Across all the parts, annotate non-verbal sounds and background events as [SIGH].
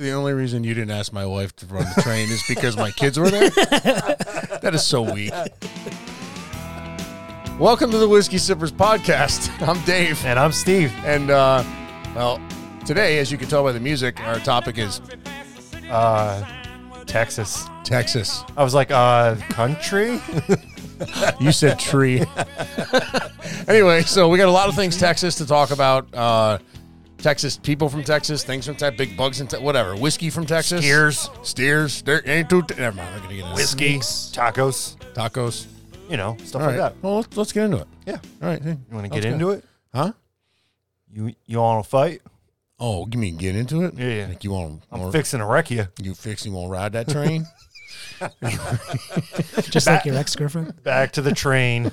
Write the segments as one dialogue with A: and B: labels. A: The only reason you didn't ask my wife to run the train is because my kids were there. that is so weak. Welcome to the Whiskey Sippers Podcast. [LAUGHS] I'm Dave.
B: And I'm Steve.
A: And, uh, well, today, as you can tell by the music, our topic is
B: Uh, Texas.
A: Texas.
B: I was like, uh, country?
A: You said tree. [LAUGHS] anyway, so we got a lot of things Texas to talk about. Uh, Texas people from Texas, things from Texas, big bugs and te- whatever, whiskey from Texas,
B: Steers.
A: steers. There ain't two. Never mind. We're gonna get into this.
B: Whiskey. Tacos.
A: tacos.
B: You know, stuff
A: All
B: like
A: right.
B: that.
A: Well, let's, let's get into it.
B: Yeah.
A: All right. You
B: You want to get into it?
A: Huh?
B: You you want to fight?
A: Oh, you mean get into it?
B: Yeah, yeah.
A: Like you want
B: I'm
A: to
B: fixing to wreck you.
A: you fixing won't ride that
B: [LAUGHS]
A: train?
C: Just like your ex girlfriend.
B: Back to
A: [LAUGHS]
B: the train.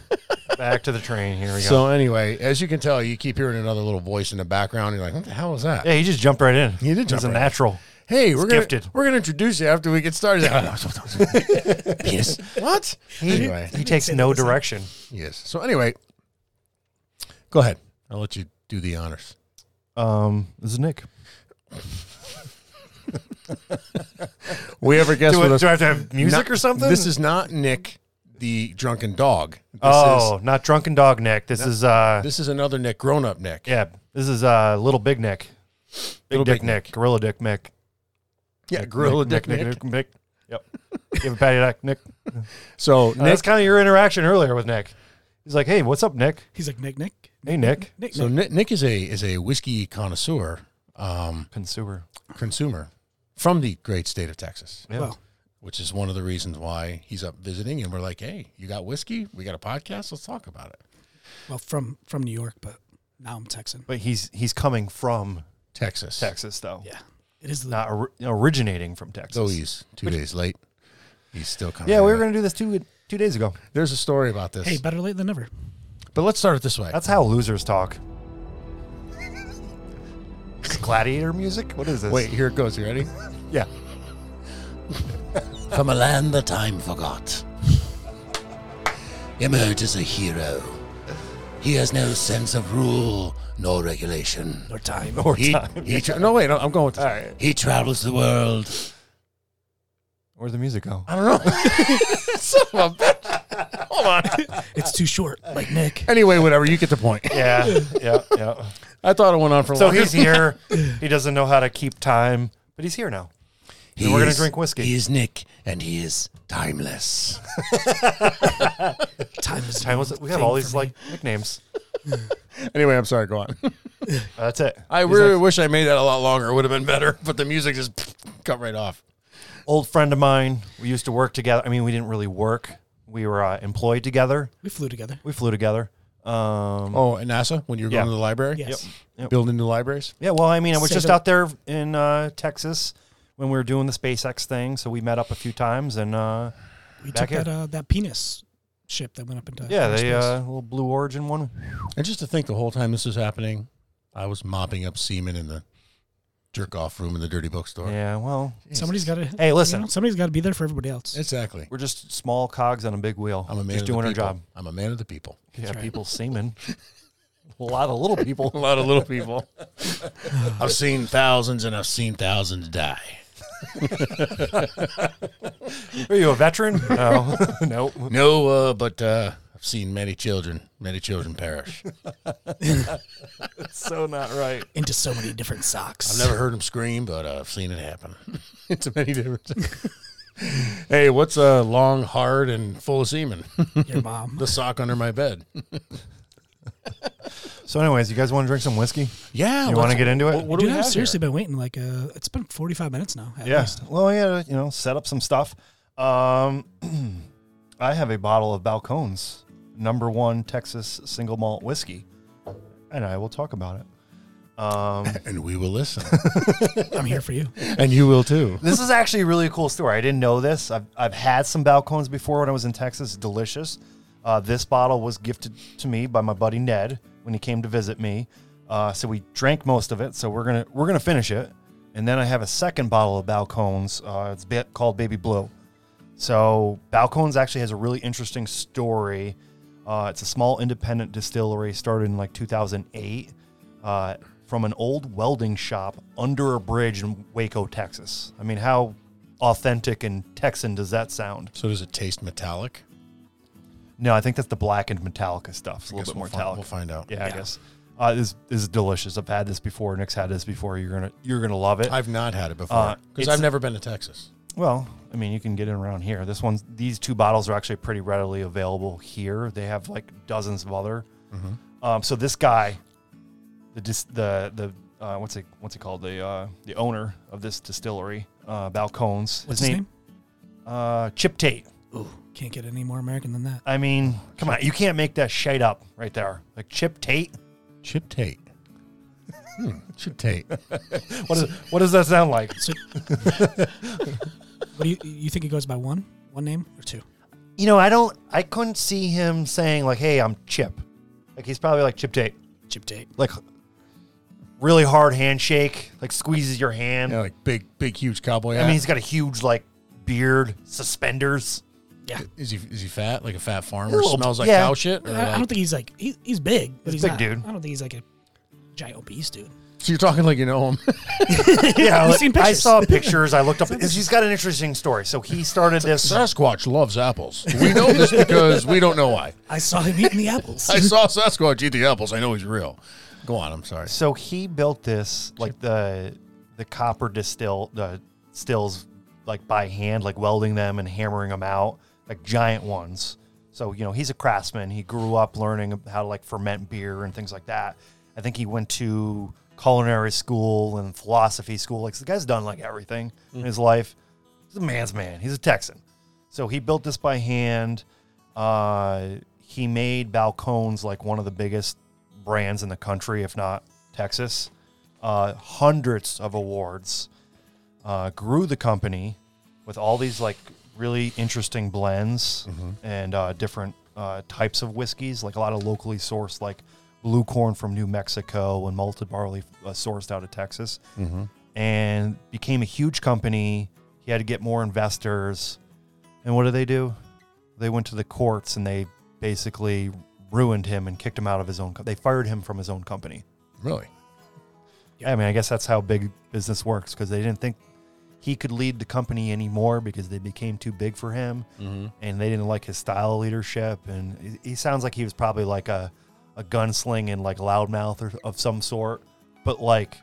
B: Back to the train. Here we go.
A: so anyway, as you can tell, you keep hearing another little voice in the background. You're like, what the hell is that?
B: yeah, he just jumped right in.
A: He did jump
B: He's a
A: right in. [LAUGHS]
B: natural.
A: Hey, we're gonna,
B: gifted.
A: we're gonna introduce you after we get started. [LAUGHS] yes.
B: [LAUGHS]
A: What? Anyway,
B: He takes no direction.
A: yes. So anyway, go ahead. I'll let you do the honors.
B: Um, this is Nick.
A: We ever guess
B: Do,
A: what?
B: I- do I have to have music or something?
A: This is not Nick, the drunken dog. This
B: oh,
A: is
B: not drunken dog Nick. This is uh,
A: this is another Nick, grown up Nick.
B: yeah, this is uh, little big Nick, big
A: Little
B: dick
A: Big
B: Nick. gorilla dick Mick.
A: yeah, gorilla Dick Nick.
B: Nick, Nick. Yep. Give a patty Nick. [LAUGHS] Nick.
A: So
B: Uh,
A: Nick,
B: that's kind of your interaction earlier with Nick. He's like, "Hey, what's up, Nick?
C: He's like Nick, Nick,
B: Hey, Nick,
C: Nick,
A: so
C: Nick.
A: Nick, Nick is a is a whiskey connoisseur, um,
B: consumer."
A: consumer from the great state of Texas,
B: Yeah.
C: Wow.
A: which is one of the reasons why he's up visiting. And we're like, hey, you got whiskey? We got a podcast. Let's talk about it.
C: Well, from from New York, but now I'm Texan.
B: But he's he's coming from
A: Texas.
B: Texas though,
C: Yeah, it is. The,
B: not or- originating from Texas.
A: So he's two days late. He's still coming.
B: Oh, yeah, we were
A: out.
B: gonna do this two two days ago.
A: There's a story about this.
C: hey, better late than never.
A: but let's start it this way.
B: That's how losers talk. Gladiator music? What is this?
A: Wait, here it goes. You ready?
B: yeah.
A: From a land that time forgot, [LAUGHS] emerges a hero. He has no sense of rule nor regulation.
C: Or time.
A: [LAUGHS]
B: Or
A: He,
B: time.
A: he tra- no, wait, no, I'm going with this.
B: All right.
A: He travels the world.
B: Where'd the music go?
A: I don't know. [LAUGHS] Son of a bitch. Hold on.
C: It's
B: Oh,
C: too short,
B: uh,
C: like Nick.
A: Anyway, whatever. You get the point.
B: Yeah, yeah, yeah. [LAUGHS]
A: I thought it went on for
B: So
A: longer.
B: he's [LAUGHS] here. He doesn't know how to keep time, but he's here now.
A: He
B: And we're gonna drink whiskey.
A: He is Nick, and he is timeless.
C: Time
B: [LAUGHS]
C: is
B: Time was.
C: a
B: We have
C: thing
B: all
C: for
B: these
C: me.
B: like nicknames.
A: [LAUGHS] anyway, I'm sorry. Go on.
B: That's it.
A: [LAUGHS] I
B: He's
A: really
B: like,
A: wish I made that a lot longer. It would have been better, but the music just [LAUGHS] cut right off.
B: old friend of mine. We used to work together. I mean, we didn't really work. We were uh, employed together.
C: We flew together.
B: We flew together. Um,
A: Oh, and NASA when you were
B: Yeah.
A: going to the library,
C: Yes.
B: Yep.
A: building new libraries.
B: Yeah. Well, I mean, I was
C: Say
B: just
C: the-
B: out there in uh, Texas when we were doing the SpaceX thing, so we met up a few times, and uh,
C: We
B: Back
C: took
B: here.
C: that uh, that penis ship that went up into
B: yeah,
C: outer
B: they
C: space.
B: uh, little Blue Origin one.
A: And just to think, the whole time this is happening, I was mopping up semen in the jerk off room in the dirty bookstore.
B: Yeah. Well,
C: somebody's got to.
B: Hey, listen.
C: somebody's got to be there for everybody else.
A: exactly.
B: we're just small cogs on a big wheel.
A: I'm a man.
B: just
A: of
B: doing
A: the
B: our
A: people.
B: job.
A: I'm a man of the people.
B: Yeah,
C: right.
B: people seeming. A lot of little people.
A: A lot of little people. [LAUGHS] I've seen thousands, and I've seen thousands die.
B: Are you a veteran? No, [LAUGHS] no.
A: No, uh, but uh, I've seen many children, many children perish.
B: So not right.
C: Into so many different socks.
A: I've never heard him scream, but uh, I've seen it happen. [LAUGHS] it's many different. [LAUGHS] hey, what's uh, long, hard, and full of semen? [LAUGHS]
C: Your
B: [LAUGHS]
C: mom.
A: the sock under my bed.
B: So, anyways, you guys want to drink some whiskey?
A: Yeah,
B: You
A: let's-
B: want to get into it?
A: What do
C: Dude,
A: we
C: I've
A: have
C: seriously been waiting. Like, uh, it's been 45 minutes now. At
B: Yeah.
C: least.
B: Well, yeah, you know, set up some stuff. Um, [CLEARS THROAT] I have a bottle of Balcones, number one Texas single malt whiskey, and I will talk about it. Um,
A: and we will listen,
C: I'm here for you.
A: [LAUGHS] and you will too.
B: this is actually a really cool story. I didn't know this. I've, I've had some Balcones before when I was in Texas. Delicious. Uh, this bottle was gifted to me by my buddy Ned when he came to visit me. Uh, so we drank most of it. So we're gonna we're gonna finish it, and then I have a second bottle of Balcones. Uh, it's ba- called Baby Blue. So Balcones actually has a really interesting story. Uh, it's a small independent distillery started in like 2008. Uh, from an old welding shop under a bridge in Waco, Texas. I mean, how authentic and Texan does that sound?
A: So does it taste metallic?
B: No, I think that's the blackened Metallica stuff.
A: Guess
B: It's a little bit
A: we'll
B: more
A: find-
B: metallic.
A: We'll find out.
B: yeah, I guess. Uh, this, this is delicious. I've had this before. Nick's had this before. You're gonna you're gonna love it.
A: I've not had it
B: Uh,
A: before because
B: it's-
A: I've never been to Texas.
B: Well, I mean, you can get it around here. This one's these two bottles are actually pretty readily available here. They have like dozens of other. Um, so this guy, the dis- the the uh, what's it what's it called the uh, the owner of this distillery, uh, Balcones.
C: What's his name?
B: Uh, Chip Tate.
C: Ooh, can't get any more American than that.
B: I mean, come on, you can't make that shite up right there. Like Chip Tate.
A: Chip Tate. [LAUGHS] Hmm, Chip
B: [LAUGHS]
A: Tate.
B: What is what does that sound like?
C: So, what do you you think he goes by one one name or two?
B: [LAUGHS] You know, I don't. I couldn't see him saying like, "Hey, I'm Chip." Like he's probably like Chip Tate.
C: Chip Tate.
B: like really hard handshake, like squeezes your hand.
A: Yeah, like big, big, huge cowboy
B: I
A: hat.
B: mean, he's got a huge like beard,
C: [LAUGHS]
B: suspenders.
C: Yeah,
A: is he is he fat? Like a fat
B: A
A: farmer
B: little
A: smells
B: bit,
A: like
B: yeah.
A: cow shit? Or
C: I, I
A: like-
C: don't think he's like he, he's big, but
B: He's
C: he's,
B: a big
C: not-
B: dude.
C: I don't think he's like a giant obese dude.
A: so you're talking like you know
B: [LAUGHS]
A: him.
B: yeah,
C: I've
B: like,
C: seen
B: I
C: pictures.
B: saw pictures. I
C: [LAUGHS]
B: looked up. he's got an interesting story. So he started this.
A: Sasquatch loves apples. We know this because we don't know why.
C: I saw him eating the [LAUGHS] apples.
A: I saw Sasquatch eat the apples. I know he's real. Go on. I'm sorry.
B: So he built this like the the copper distill the stills like by hand, like welding them and hammering them out, like giant ones. So you know he's a craftsman. He grew up learning how to like ferment beer and things like that. I think he went to culinary school and philosophy school. Like the guy's done like everything in his life. He's a man's man. He's a Texan. So he built this by hand. Uh, he made Balcones like one of the biggest brands in the country, if not Texas. Uh, hundreds of awards. Uh, grew the company with all these like really interesting blends and uh, different uh, types of whiskeys, like a lot of locally sourced, like blue corn from New Mexico and malted barley uh, sourced out of Texas. And became a huge company. He had to get more investors. And what did they do? They went to the courts and they basically ruined him and kicked him out of his own. Co- they fired him from his own company.
A: Really?
B: Yeah, I mean, I guess that's how big business works because they didn't think he could lead the company anymore because they became too big for him, and they didn't like his style of leadership. And he- he sounds like he was probably like a a gunsling and like loudmouth or of some sort, but like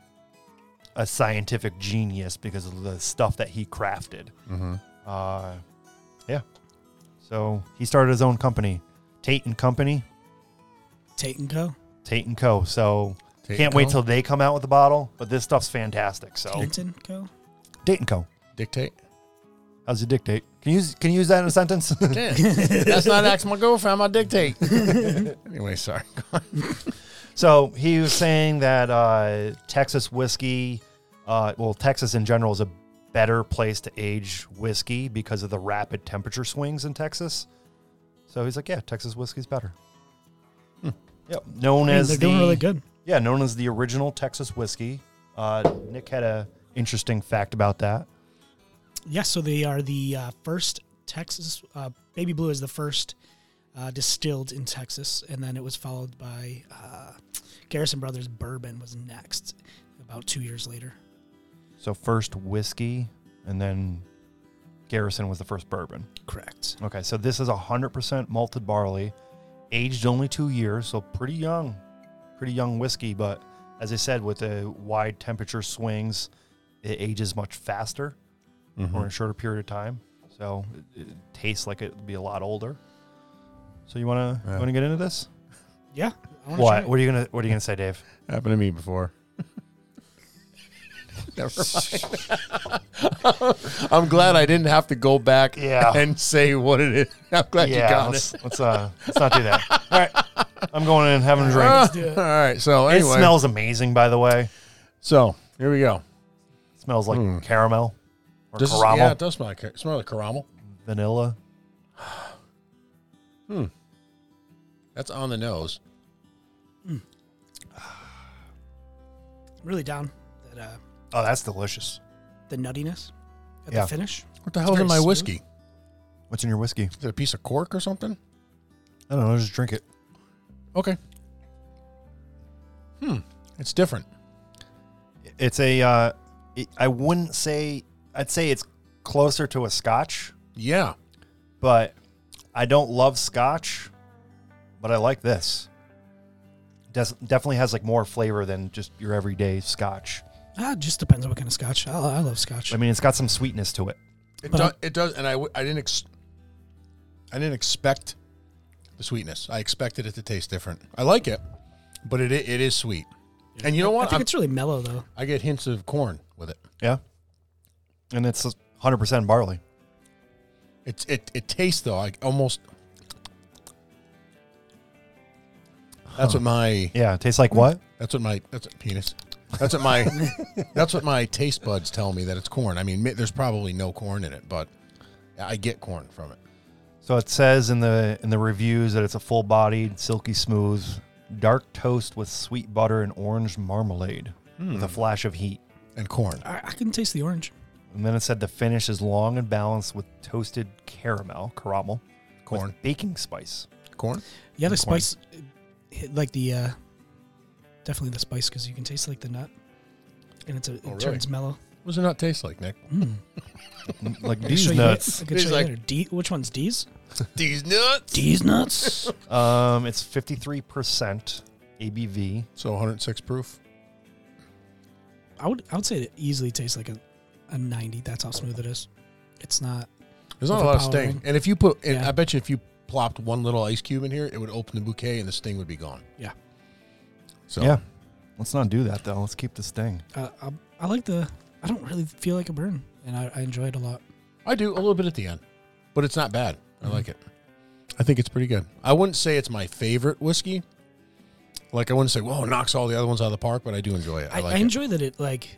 B: a scientific genius because of the stuff that he crafted. Uh, yeah. So he started his own company, Tate and Company,
C: Tate and Co.
B: Tate and Co. So
A: Tate
B: can't
A: and
B: wait
A: Co?
B: till they come out with the bottle. But this stuff's fantastic. So
C: Tate and Co.
B: Date and Co. [LAUGHS]
A: Dictate.
B: How's your dictate? Can you use, can you use that in a sentence?
A: That's not ask my girlfriend. I
B: [LAUGHS]
A: dictate. anyway, sorry.
B: so he was saying that uh, Texas whiskey, uh, well, Texas in general is a better place to age whiskey because of the rapid temperature swings in Texas. So he's like, yeah, Texas whiskey's better.
A: Hmm.
B: Yep, known
C: Man,
B: as
C: they're doing
B: the-
C: really good.
B: Yeah, known as the original Texas whiskey. Uh, Nick had a interesting fact about that.
C: Yes, so they are the uh, first Texas. Uh, Baby Blue is the first uh, distilled in Texas, and then it was followed by uh, Garrison Brothers Bourbon was next, about two years later.
B: So first whiskey, and then Garrison was the first bourbon.
C: Correct.
B: Okay, so this is 100% malted barley, aged only two years, so pretty young, pretty young whiskey. But as I said, with the wide temperature swings, it ages much faster or
A: Mm-hmm.
B: in a shorter period of time. So it, it tastes like it'd be a lot older. So you wanna
A: Yeah.
B: you wanna get into this?
C: Yeah. I wanna try
B: What
C: it.
B: what are you gonna what are you gonna say, Dave?
A: Happened to me before. [LAUGHS] Never mind. [LAUGHS] I'm glad I didn't have to go back
B: Yeah.
A: and say what it is. [LAUGHS] I'm glad [LAUGHS] you got it. [LAUGHS]
B: let's, let's uh let's not do that. All right, I'm going in and having a drink.
C: do
A: [LAUGHS]
C: it.
A: All right. So
B: It
A: anyway,
B: smells amazing, by the way.
A: so here we go.
B: It smells like
A: Mm.
B: caramel or
A: This is-
B: caramel,
A: yeah, it does smell like car- smell like caramel.
B: vanilla.
A: That's on the nose.
C: I'm really down that uh,
B: Oh, that's delicious.
C: the nuttiness at
B: Yeah.
C: the finish.
A: What the hell's in
C: very
A: my
C: smooth.
A: whiskey?
B: What's in your whiskey?
A: Is it a piece of cork or something?
B: I don't know. Just drink it.
A: Okay. Hmm. It's different.
B: It's a. Uh, it, I wouldn't say. I'd say it's closer to a Scotch,
A: Yeah.
B: but I don't love Scotch. But I like this. Des- definitely has like more flavor than just your everyday Scotch.
C: Ah, it just depends on what kind of scotch. I, I love scotch.
B: I mean, it's got some sweetness to it.
A: It
C: But-
A: does. It does. And I, w- I didn't ex- I didn't expect the sweetness. I expected it to taste different. I like it, but it i- it is sweet. And you know
C: I
A: what?
C: think
A: I'm-
C: it's really mellow though.
A: I get hints of corn with it.
B: Yeah, and it's 100 percent barley.
A: It's it it tastes though like almost. That's what my
B: Yeah, it tastes like what?
A: that's what my that's a penis. That's what
C: [LAUGHS]
A: my that's what my taste buds tell me that it's corn. I mean, mi- there's probably no corn in it, but I get corn from it.
B: So it says in the in the reviews that it's a full-bodied, silky smooth, dark toast with sweet butter and orange marmalade with
C: Hmm.
B: a flash of heat.
A: And corn.
C: I, I can taste the orange.
B: And then it said the finish is long and balanced with toasted caramel, caramel, with
A: Corn.
B: baking [LAUGHS] spice.
A: Corn.
C: Yeah, the
A: And corn.
C: spice, uh, hit like the uh, definitely the spice because you can taste like the nut, and it's a, it
A: really?
C: turns mellow.
A: What does it not taste like, Nick?
C: Mm.
B: like
C: I could
B: these
C: show you-
B: nuts.
C: I could
A: These
C: show you
A: like-
C: later. D, which one's D's?
A: These nuts.
C: D's nuts.
B: Um, it's 53% ABV.
A: So 106 proof.
C: [LAUGHS] I would I would say it easily tastes like a, a ninety. That's how smooth it is. It's not.
A: There's not a lot of
C: Overpowering.
A: sting. And if you put, and
C: Yeah.
A: I bet you if you plopped one little ice cube in here, it would open the bouquet and the sting would be gone.
C: Yeah.
A: So
B: Yeah. Let's not do that though. Let's keep this thing.
C: Uh, I, I like the. I don't really feel like a burn, and I, I enjoy it a lot.
A: I do a little bit at the end, but it's not bad. I like it. I think it's pretty good. I wouldn't say it's my favorite whiskey. Like I wouldn't say, "Whoa, it knocks all the other ones out of the park," but I do enjoy it. I,
C: I,
A: like
C: I
A: it.
C: enjoy that it like,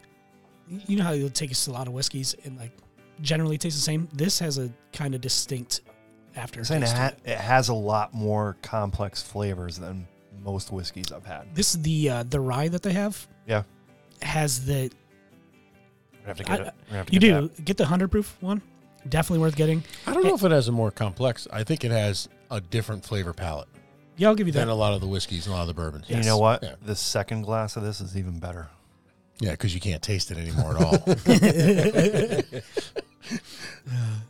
C: you know how you'll take a lot of whiskeys and like generally taste the same. This has a kind of distinct after.
B: I'm saying it, ha- it has a lot more complex flavors than most whiskeys I've had.
C: This is the uh, the rye that they have
B: Yeah.
C: has the
B: We're gonna have to
C: I-
B: get it. We're gonna have to
C: you
B: get
C: do get the hundred proof one. Definitely worth getting.
A: I don't know if it has a more complex. I think it has a different flavor palette
C: Yeah, I'll give you
A: than
C: that.
A: a lot of the whiskeys and a lot of the bourbons.
B: that. And You know what?
A: Yeah.
B: The second glass of this is even better.
A: Yeah, because you can't taste it anymore at all. [LAUGHS]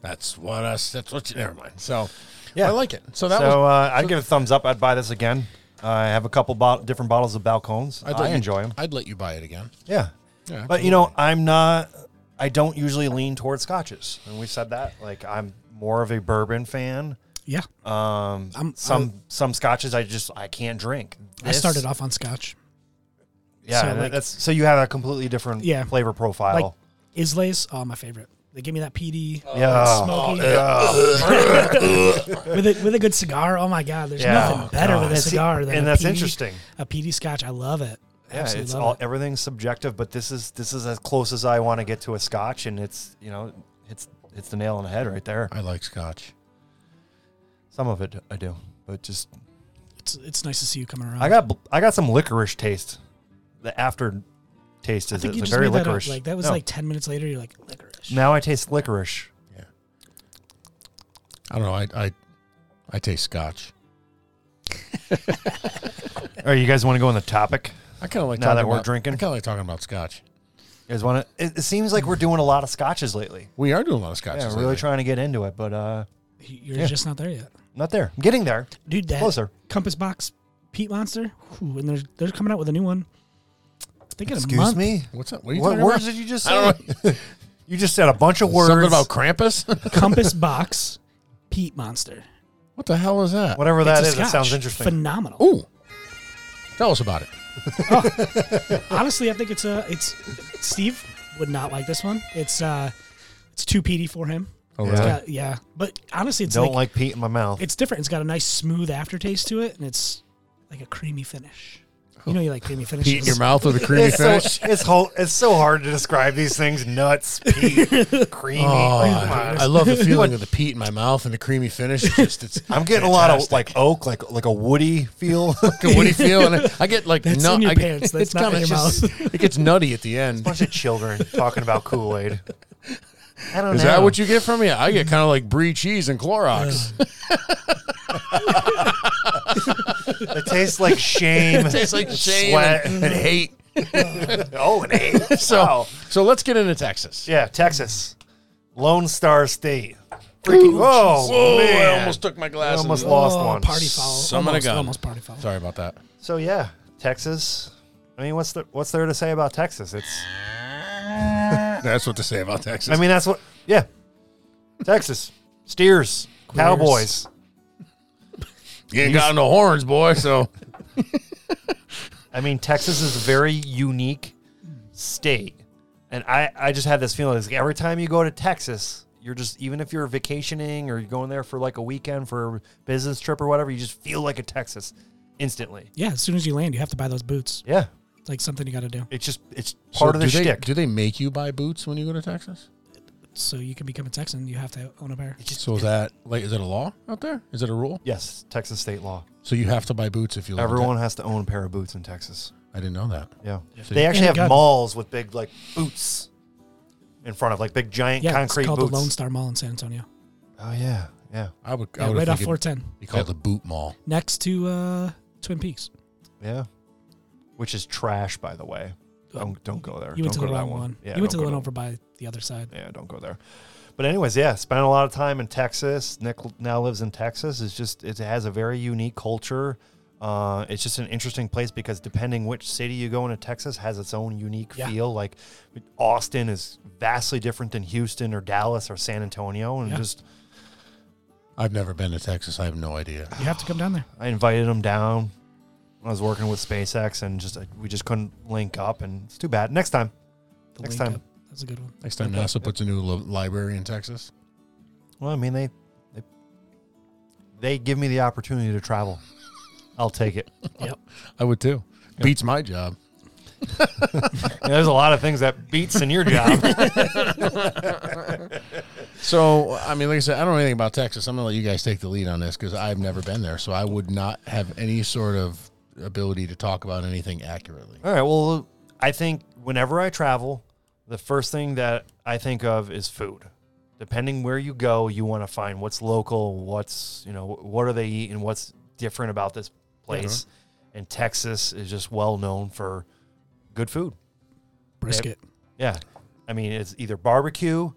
A: that's what us. That's what. You, never mind. So,
B: Yeah.
A: I like it. So that
B: so
A: was.
B: uh, I'd give it a thumbs up. I'd buy this again. I have a couple bo- different bottles of Balcones.
A: I'd
B: I
A: let you-
B: enjoy them.
A: I'd let you buy it again.
B: Yeah.
A: Yeah,
B: But you know, I'm not. I don't usually lean towards scotches, and we've said that. Like I'm more of a bourbon fan.
C: yeah,
B: Um,
C: I'm-
B: some some scotches I just I can't drink.
C: I started off on Scotch.
B: Yeah,
C: so,
B: and
C: like-
B: that's so you have a completely different
C: Yeah.
B: flavor profile.
C: Like Islay's, oh my favorite. They give me that PD
B: yeah, Oh,
C: smoky
B: yeah.
C: [LAUGHS] with a with a good cigar. Oh my god, there's
B: Yeah.
C: nothing
B: Oh,
C: better
B: God.
C: with a
B: See,
C: cigar than
B: and
C: a
B: that's
C: PD
B: interesting.
C: A PD Scotch, I love it.
B: Yeah,
C: Absolutely
B: it's
C: love
B: all
C: it.
B: everything's subjective, but this is this is as close as I want to get to a scotch, and it's you know it's it's the nail on the head right there.
A: I like Scotch.
B: Some of it I do, but just
C: It's it's nice to see you coming around.
B: I got bl- I got some licorice taste. The after taste
C: I
B: is,
C: think you
B: is
C: just
B: very
C: made that
B: licorice.
C: up. Like that was
B: No.
C: like ten minutes later. You're like licorice.
B: now I taste
C: [LAUGHS]
B: licorice.
A: I don't know. I I, I taste Scotch.
B: All right, you guys want to go on the topic?
A: I kind of like
B: Now
A: talking
B: that we're
A: about-
B: drinking?
A: I kind of like talking about Scotch.
B: You guys want to? It, it seems like we're doing a lot of scotches lately.
A: We are doing a lot of Scotch.
B: yeah, we're really trying to get into it, but uh,
C: You're
B: Yeah.
C: just not there yet,
B: not there. I'm getting there.
C: dude. That
B: Closer.
C: Compass Box Peat Monster, whew, and they're they're coming out with a new one. I think in a
B: Excuse
C: month.
B: me. [LAUGHS]
A: What's up? What are you
B: What
A: talking
B: words
A: about?
B: did you just
A: I don't
B: say? You just said a bunch of [LAUGHS] words.
A: Something about Krampus. [LAUGHS]
C: Compass Box Peat Monster.
A: what the hell is that?
B: whatever
C: It's
B: that
C: a
B: is. It
C: Scotch.
B: sounds interesting.
C: Phenomenal.
A: Ooh, tell us about it.
C: Honestly, I think it's a it's Steve would not like this one. It's uh it's too peaty for him.
A: Oh,
B: Yeah.
A: really?
C: Yeah, yeah. But honestly, it's
B: Don't
C: like,
B: like, peat in my mouth.
C: it's different. It's got a nice smooth aftertaste to it, and it's like a creamy finish.
B: Oh.
C: You know, you like
B: [LAUGHS]
C: creamy finishes.
A: Heat in your mouth with a creamy
B: It's [LAUGHS] so,
A: finish.
B: it's, whole, it's so hard to describe these things.
C: [LAUGHS]
B: Nuts, peat, creamy.
A: Oh,
B: come
A: I
B: on.
A: I love the feeling of the peat in my mouth and the creamy finish. It's just, it's
B: I'm getting a lot of like oak, like like a woody feel.
A: Like, what do you feel? And I- I get like
C: That's
A: nut-
C: in your
A: I get-
C: pants. That's
A: it's
C: not in
A: kinda
C: your
A: just- [LAUGHS] It gets nutty at the end.
B: [LAUGHS] bunch of children talking about Kool Aid. I don't
A: Is
B: know.
A: that what you get from me? I get kind of like brie cheese and Clorox.
B: It tastes like shame. [LAUGHS]
A: It [LAUGHS] tastes like shame
B: sweat.
A: and,
B: Mm-hmm.
A: and hate.
B: [LAUGHS] oh, and [LAUGHS] eight.
A: So,
B: Wow.
A: so let's get into Texas.
B: yeah, Texas, Lone Star State. Freaking, whoa,
A: Whoa,
B: man.
A: I almost took my glass.
B: I almost
A: and-
B: lost
C: Oh,
B: one.
C: Party foul.
A: Son of a
C: almost,
A: gun.
C: almost party foul.
A: Sorry about that.
B: So yeah, Texas. I mean, what's the, what's there to say about Texas? It's
A: That's what to say about Texas.
B: I mean, that's what. Yeah, Texas steers, Cowboys.
A: you ain't got no horns, boy. [LAUGHS] So
B: I mean, Texas is a very unique state, and I I just have this feeling it's like every time you go to Texas, you're just even if you're vacationing or you're going there for like a weekend for a business trip or whatever, you just feel like a Texas instantly.
C: Yeah, as soon as you land, you have to buy those boots.
B: Yeah,
C: It's like something you got to do
B: it's just it's part of the
A: do they,
B: shtick.
A: Do they make you buy boots when you go to Texas?
C: so you can become a Texan. You have to own a pair.
B: It's just-
A: So is that like is it a law out there? Is it a rule?
B: yes, Texas state law.
A: So you have to buy boots if you. live in
B: Everyone has to own a pair of boots in Texas.
A: Tex- I didn't know that.
B: Yeah.
A: See?
B: They actually
C: And a
B: have
C: gun.
B: malls with big like boots in front of like big giant
C: Yeah,
B: concrete
C: it's called
B: boots.
C: the Lone Star Mall in San Antonio.
B: Oh yeah. Yeah.
A: I would. I
C: Yeah,
A: would
C: right off
A: think it-
C: 410,
A: You call it the boot mall.
C: next to uh, Twin Peaks.
B: Yeah. Which is trash by the way. Don't don't go there.
C: Oh. You
B: don't
C: went to
B: go
C: the
B: to
C: wrong
B: that
C: one.
B: one. Yeah,
C: you went to
B: don't
C: the
B: go
C: one
B: to-
C: over by the
B: [SIGHS]
C: other side.
B: Yeah, don't go there. But anyways, yeah, spent a lot of time in Texas. Nick l- now lives in Texas. It's just it has a very unique culture. Uh, it's just an interesting place because depending which city you go into, Texas has its own unique
C: Yeah.
B: feel. Like Austin is vastly different than Houston or Dallas or San Antonio, and
C: Yeah.
B: just
A: I've never been to Texas. I have no idea.
C: You have to come down there.
B: I invited him down. I was working with SpaceX, and just we just couldn't link up, and it's too bad. Next time,
C: The
B: Next
C: link
B: time.
C: up. That's a good one.
A: Next time
B: Okay.
A: NASA puts a new lo- library in Texas.
B: well, I mean they, they they give me the opportunity to travel. I'll take it. [LAUGHS]
A: I would too. Beats my job.
B: Yeah, there's a lot of things that beats in your job.
A: So I mean, like I said, I don't know anything about Texas. I'm gonna let you guys take the lead on this because I've never been there, so I would not have any sort of ability to talk about anything accurately.
B: All right. Well, I think whenever I travel, the first thing that I think of is food. Depending where you go, you want to find what's local, what's, you know, what are they eating, what's different about this place. And Texas is just well known for good food.
C: Brisket.
B: Yeah. I mean, it's either barbecue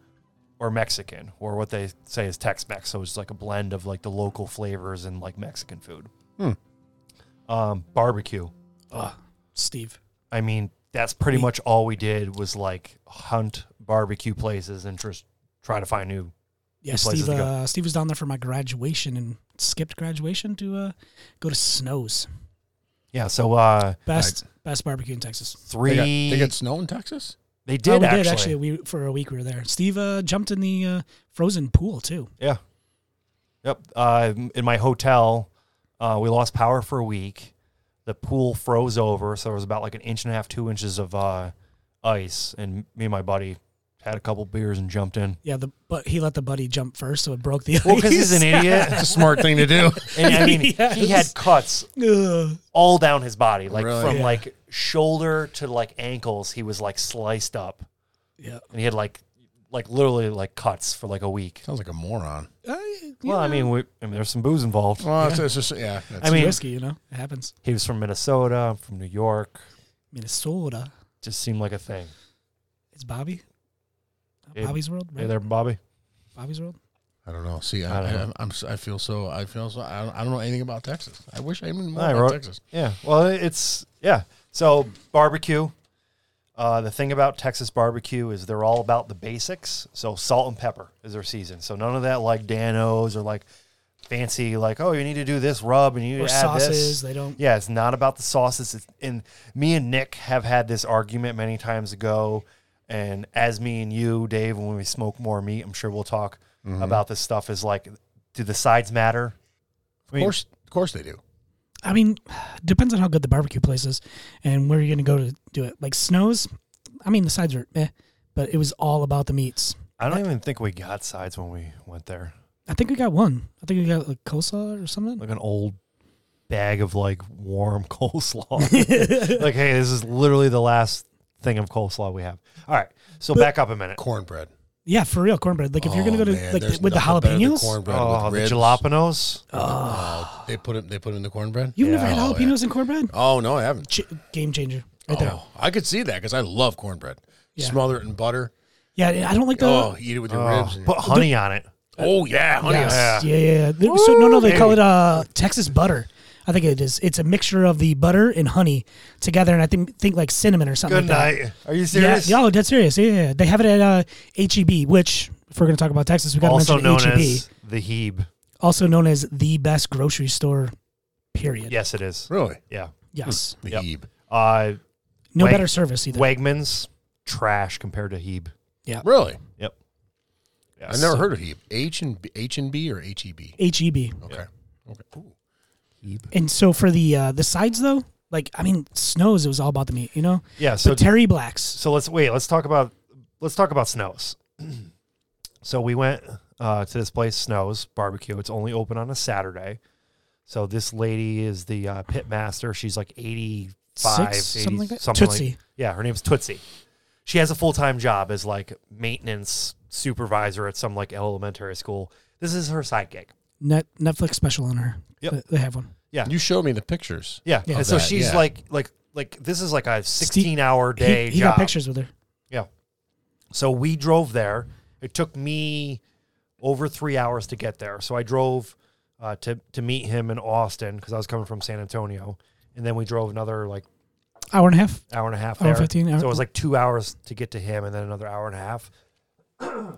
B: or Mexican, or what they say is Tex Mex. So it's like a blend of like the local flavors and like Mexican food.
A: Hmm.
B: Um, barbecue. Oh.
C: Ugh, Steve.
B: I mean, that's pretty
C: We-
B: much all we did was like hunt barbecue places and just try to find new.
C: Yeah,
B: Good places
C: Steve.
B: to go.
C: Uh, Steve was down there for my graduation and skipped graduation to uh, go to Snows.
B: Yeah, so uh,
C: Best best barbecue in Texas.
B: three
A: They
B: they,
A: got, they got snow in Texas.
B: did,
C: Uh, we
B: actually.
C: did actually. We for a week we were there. Steve uh, jumped in the uh, frozen pool too.
B: Yeah. Yep. Uh, in my hotel, uh, we lost power for a week. The pool froze over, so there was about like an inch and a half, two inches of uh, ice, and me and my buddy had a couple beers and jumped in.
C: Yeah, the but he let the buddy jump first, so it broke the.
B: Well, because
C: [LAUGHS]
B: he's an idiot,
A: It's a smart thing to do.
B: and I mean, he had
C: Yes.
B: cuts
C: Ugh.
B: all down his body, like
A: Really?
B: from
C: Yeah.
B: like shoulder to like ankles. He was like sliced up,
C: [LAUGHS] yeah.
B: and he had like like literally like cuts for like a week.
A: [LAUGHS] Sounds like a moron.
C: I-
B: Well, I
C: yeah.
B: mean, we, I mean, there's some booze involved.
A: Well, it's, it's just yeah. That's,
B: I mean,
C: whiskey, you know, it happens.
B: he was from Minnesota, I'm from New York.
C: Minnesota.
B: Just seemed like a thing.
C: It's Bobby. Uh,
B: Hey-
C: Bobby's World, right?
B: Hey there, Bobby.
C: Bobby's World.
A: I don't know. See, I,
B: I
A: I
B: don't know.
A: I'm, si feel so. I feel so. I don't, I don't know anything about Texas. I wish I knew more
B: I
A: about
B: wrote-
A: Texas.
B: Yeah. Well, it's yeah. So barbecue. Uh, the thing about Texas barbecue is they're all about the basics. So salt and pepper is their season. So none of that like Danos or like fancy like oh you need to do this rub and you need
C: Or
B: to add
C: sauces.
B: this.
C: They don't.
B: Yeah, it's not about the sauces. It's, and me and Nick have had this argument many times ago. And as me and you, Dave, when we smoke more meat, I'm sure we'll talk about this stuff. Is like, do the sides matter? I
A: Of
B: mean,
A: course, of course they do.
C: I mean, depends on how good the barbecue place is and where you're going to go to do it. Like Snows, I mean, the sides are meh, but it was all about the meats.
B: I don't even think we got sides when we went there.
C: I think we got one. I think we got like coleslaw or something.
B: Like an old bag of like warm [LAUGHS] coleslaw.
C: [LAUGHS]
B: like, hey, this is literally the last thing of coleslaw we have. All right, so back up a minute.
A: Cornbread.
C: Yeah, for real, cornbread. Like if you're going to
A: Oh,
C: go to
A: man,
C: like
A: there's
C: with the
A: nothing better than
C: jalapenos,
A: cornbread
B: Oh,
A: with
B: the Ah.
A: ribs.
B: jalapenos.
A: Oh, they put it. They put it in the cornbread.
C: you've never
A: Yeah.
C: had
A: Oh, yeah.
C: jalapenos and cornbread.
A: Oh no, I haven't.
C: Ch- game changer. right there.
A: Oh, I could see that because I love cornbread.
C: Yeah.
A: Smother it in butter.
C: Yeah, I don't like the. Ah.
A: Oh, eat it with your ribs. and-
B: Put honey on it.
A: oh yeah, honey.
C: Yes. Yeah, yeah. yeah. They- So no, no, they
A: Ooh,
C: call it uh, Texas butter. I think it is. It's a mixture of the butter and honey together, and I think think like cinnamon or something.
B: Good
C: like that.
B: night. Are you serious?
C: Yeah, oh, that's serious. Yeah, yeah, yeah. they have it at uh, HEB, which if we're going to talk about Texas, we got to
B: also
C: mention E
B: known
C: HEB,
B: as the Hebe.
C: also known as the best grocery store. Period.
B: Yes, it is.
A: Really?
B: Yeah.
C: Yes.
A: The
B: Yep.
A: Hebe.
B: Uh,
A: Hmm.
C: No
B: Wait.
C: better service either.
B: Wegmans trash compared to Hebe.
A: Really?
B: Yep.
A: I've never heard of Hebe. H and B, H and B or H E B.
C: HEB.
A: Okay. Okay. Ooh.
C: And so for the uh, the sides though, like I mean, Snows, it was all about the meat, you know.
B: Yeah. So
C: but Terry Blacks.
B: so let's wait. Let's talk about let's talk about Snows. [CLEARS THROAT] so we went uh, to this place, Snows Barbecue. It's only open on a Saturday. So this lady is the uh, pit master. She's like eighty five,
C: Six, something like that? Tootsie.
B: yeah, her name's Tootsie. She has a full time job as like maintenance supervisor at some like elementary school. This is her sidekick.
C: Net Netflix special on her.
B: Yep.
C: They- They have one.
A: You showed me the pictures.
B: Yeah.
C: Yeah.
B: And so
A: That,
B: she's
A: yeah.
B: like like like this is like a 16 hour
C: He-
B: day
C: he,
B: job.
C: got pictures with her.
B: Yeah. So we drove there. It took me over 3 hours to get there. So I drove uh, to to meet him in Austin cuz I was coming from San Antonio and then we drove another like
C: Hour and a half.
B: hour and a half
C: Hour
B: there.
C: and 15, hour-
B: So it was like 2 hours to get to him and then another hour and a half.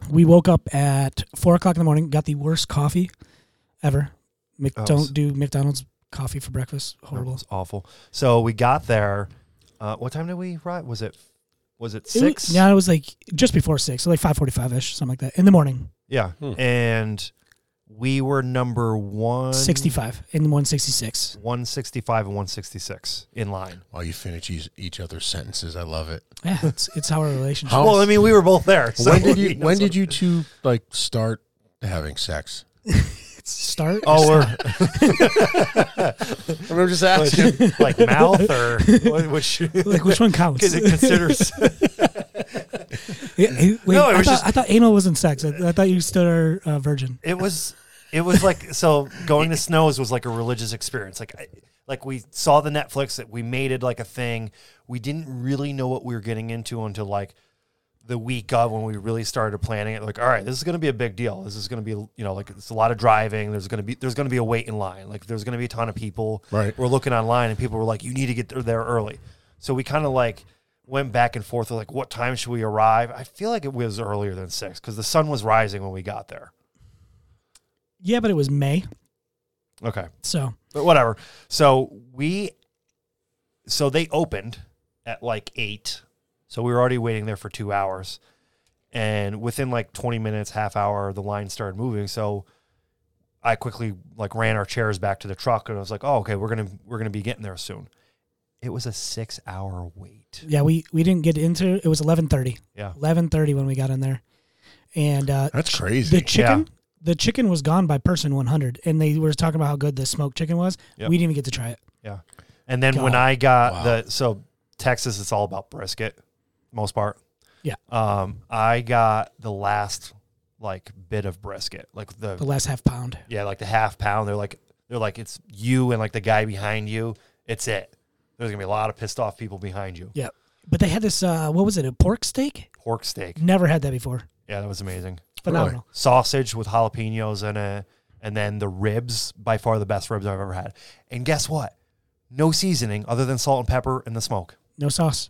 C: We woke up at four o'clock in the morning. Got the worst coffee ever. Mc,
B: Oh, s-
C: don't do McDonald's coffee for breakfast. Horrible.
B: It's awful. So we got there uh, what time did we ride? Was it was it 6?
C: It, wa- no, it was like just before six, so like five forty-five ish, something like that, in the morning.
B: Yeah.
A: Hmm.
B: And we were number one
C: Sixty-five and one sixty-six.
B: 165 and 166 in line.
A: While you finish each, each other's sentences, I love it.
C: Yeah, it's it's how our relationship.
A: How-
B: Well, I mean, we were both there. So
A: when did [LAUGHS] you When did you two like start having sex?
C: start.
A: [LAUGHS]
B: Oh, we're
A: I remember just asking.
B: like
A: [LAUGHS]
B: mouth or what- which [LAUGHS]
C: like which one counts?
B: because it considers
C: Yeah, eh, wait,
B: No, it
C: I,
B: was
C: thought,
B: just-
C: I thought anal wasn't sex. I, I thought you still are uh, virgin.
B: it was it was like so going to snows was like a religious experience. Like I, like we saw the Netflix that we made it like a thing. We didn't really know what we were getting into until like the week of when we really started planning it like all right this is going to be a big deal this is going to be you know like it's a lot of driving there's going to be there's going to be a wait in line like there's going to be a ton of people
A: Right.
B: we're looking online and people were like you need to get there, there early so we kind of like went back and forth with like what time should we arrive i feel like it was earlier than six because the sun was rising when we got there
C: Yeah, but it was May,
B: okay
C: so
B: but whatever so we so they opened at like eight so we were already waiting there for two hours and within like 20 minutes half hour the line started moving so i quickly like ran our chairs back to the truck and i was like oh okay we're gonna we're gonna be getting there soon it was a six hour wait
C: yeah, we we didn't get into. It was eleven thirty.
B: yeah
C: Eleven thirty when we got in there, and uh,
A: [LAUGHS] That's
C: the
A: crazy.
C: chicken.
B: Yeah.
C: The chicken was gone by person 100, and they were talking about how good the smoked chicken was.
B: Yep.
C: We didn't even get to try it.
B: yeah and then when
C: God.
B: i got
A: Wow.
B: the so texas it's all about brisket most part
C: Yeah.
B: um i got the last like bit of brisket like the
C: The last half pound.
B: Yeah, like the half pound. They're like they're like it's you and like the guy behind you. It's it. There's gonna be a lot of pissed off people behind you.
C: Yeah. But they had this, uh, what was it, a pork steak?
B: Pork steak.
C: Never had that before.
B: Yeah, that was amazing.
C: Phenomenal.
B: Sausage with jalapenos in it, and then the ribs. By far the best ribs I've ever had. And guess what? No seasoning other than salt and pepper and the smoke.
C: No sauce.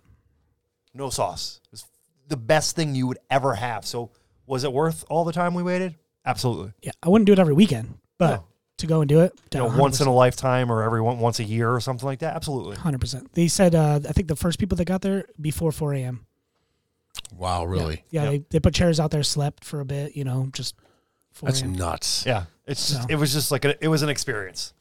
B: No sauce. It's the best thing you would ever have. So was it worth all the time we waited? Absolutely.
C: Yeah. I wouldn't do it every weekend, but
B: No.
C: to go and do it,
B: You know, once in a lifetime or every one, once a year or something like that. Absolutely.
C: 100%. They said, uh, I think the first people that got there before 4 a.m.
A: Wow, really?
C: Yeah. They, they put chairs out there, slept for a bit, you know, just 4
A: That's
C: a.m.
A: nuts.
B: Yeah, it's just,
C: So-
B: it was just like a, it was an
C: [LAUGHS]
B: experience.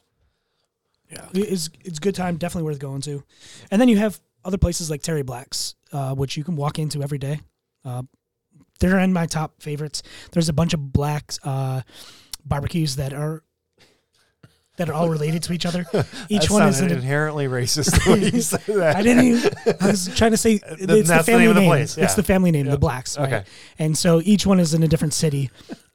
C: It's, it's good time. Definitely worth going to. And then you have other places like Terry Black's, uh, which you can walk into every day. Uh, they're in my top favorites. There's a bunch of black uh, barbecues that are. That are all related to each other. Each one is in a
B: inherently racist. the way
C: [LAUGHS]
B: you said that.
C: I didn't. Even, I was trying to say it's the
B: [LAUGHS] that's the
C: family
B: name
C: name.
B: of the place, yeah.
C: It's the family name,
B: Yeah.
C: the Blacks. Right?
B: Okay.
C: And so each one is in a different city,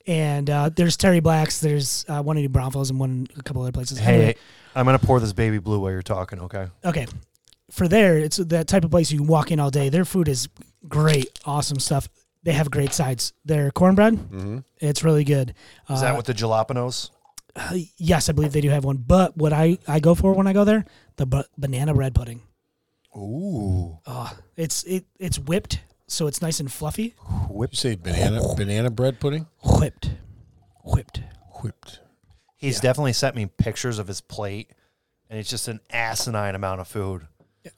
C: and uh, there's Terry Blacks. There's uh, one in New Braunfels and one in a couple other places.
B: Hey,
C: Anyway,
B: I'm gonna pour this baby blue while you're talking. Okay.
C: okay. for there, it's that type of place you can walk in all day. Their food is great, awesome stuff. They have great sides. Their cornbread,
B: Mm-hmm.
C: it's really good. Uh,
B: Is that with the jalapenos?
C: yes, I believe they do have one. But what I, I go for when I go there, the b- banana bread pudding.
B: Ooh,
C: It's it it's whipped, so it's nice and fluffy.
A: You say banana banana bread pudding?
C: Whipped, whipped.
A: Whipped.
B: he's definitely sent me pictures of his plate, and it's just an asinine amount of food,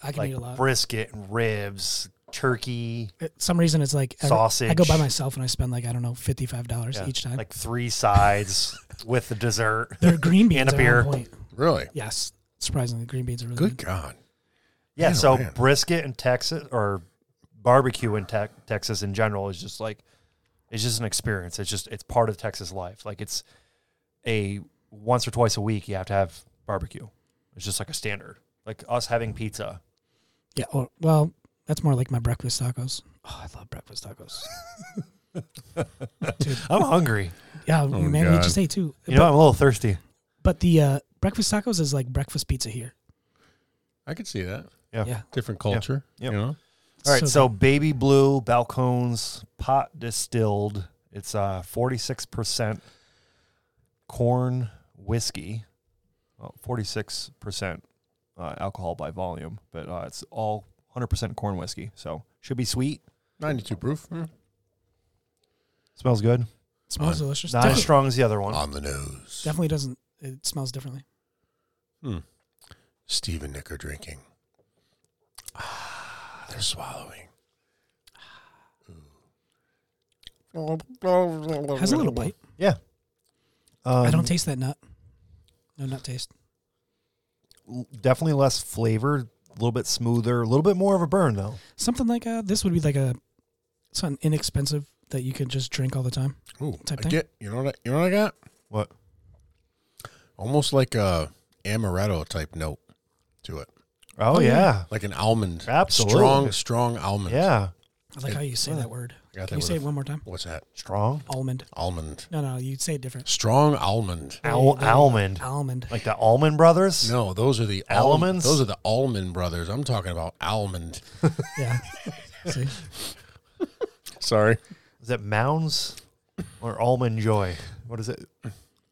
C: I can
B: like
C: eat a lot.
B: brisket and ribs, turkey,
C: For some reason, it's like every- I go
B: Sausage.
C: by myself and I spend like I don't know fifty five dollars
B: yeah,
C: each time.
B: like three
C: [LAUGHS]
B: sides with the dessert.
C: They're green beans
B: And a
C: at
B: beer.
C: one point.
A: Really?
C: Yes, surprisingly, green beans are really
A: Good
C: good.
A: God.
B: Yeah,
A: Man, oh,
B: so
A: man.
B: brisket in Texas or barbecue in Tex Texas in general is just like it's just an experience. It's just it's part of Texas life. Like it's a once or twice a week you have to have barbecue. It's just like a standard. Like us having pizza.
C: Yeah. Or, well, that's more like my breakfast tacos. Oh, I love
B: [LAUGHS]
C: breakfast tacos.
B: I'm hungry.
C: Yeah, man, we
A: God.
C: just ate too.
B: Oh, You know, I'm a little thirsty.
C: But the uh, breakfast tacos is like breakfast pizza here.
A: I could see that.
B: Yeah.
C: Yeah.
A: Different culture.
B: Yep.
A: You know?
B: All right,
C: So
B: so, baby blue Balcones pot distilled. It's uh forty six percent corn whiskey, forty six percent uh, alcohol by volume, but uh, it's all hundred percent corn whiskey. So should be sweet.
A: 92 proof. Hmm.
B: Smells good.
C: It smells delicious.
B: Not as
C: Definitely,
B: strong as the other one.
A: On the nose.
C: definitely doesn't. It smells differently.
A: Steve and Nick are drinking. Ah, [SIGHS] they're swallowing.
C: Has a little bite.
B: yeah. Um,
C: I don't taste that nut. No nut taste.
B: l- definitely less flavor, a little bit smoother, a little bit more of a burn though.
C: Something like uh, this would be like a something inexpensive that you could just drink all the time.
A: Ooh, I
C: Type thing.
A: get. You know what? I, you know what I got?
B: What?
A: Almost like a amaretto type note to it,
B: Oh,
C: yeah.
B: yeah.
A: like an almond.
B: Absolutely.
A: Strong, strong almond.
B: Yeah.
C: I like how you say that word.
A: I got
C: Can you
A: that
C: say
A: with
C: it
A: a-
C: one more time?
A: What's that?
B: Strong.
C: Almond.
A: Almond.
C: No, no, you say it different.
A: Strong almond.
B: Al-
C: There you go.
B: almond.
C: Almond.
B: Like the Almond Brothers?
A: No, those are the almonds.
B: Almonds?
A: Those are the almond brothers. I'm talking about almond.
B: [LAUGHS]
C: Yeah. See?
A: Sorry,
B: Is it Mounds or Almond Joy? What is it?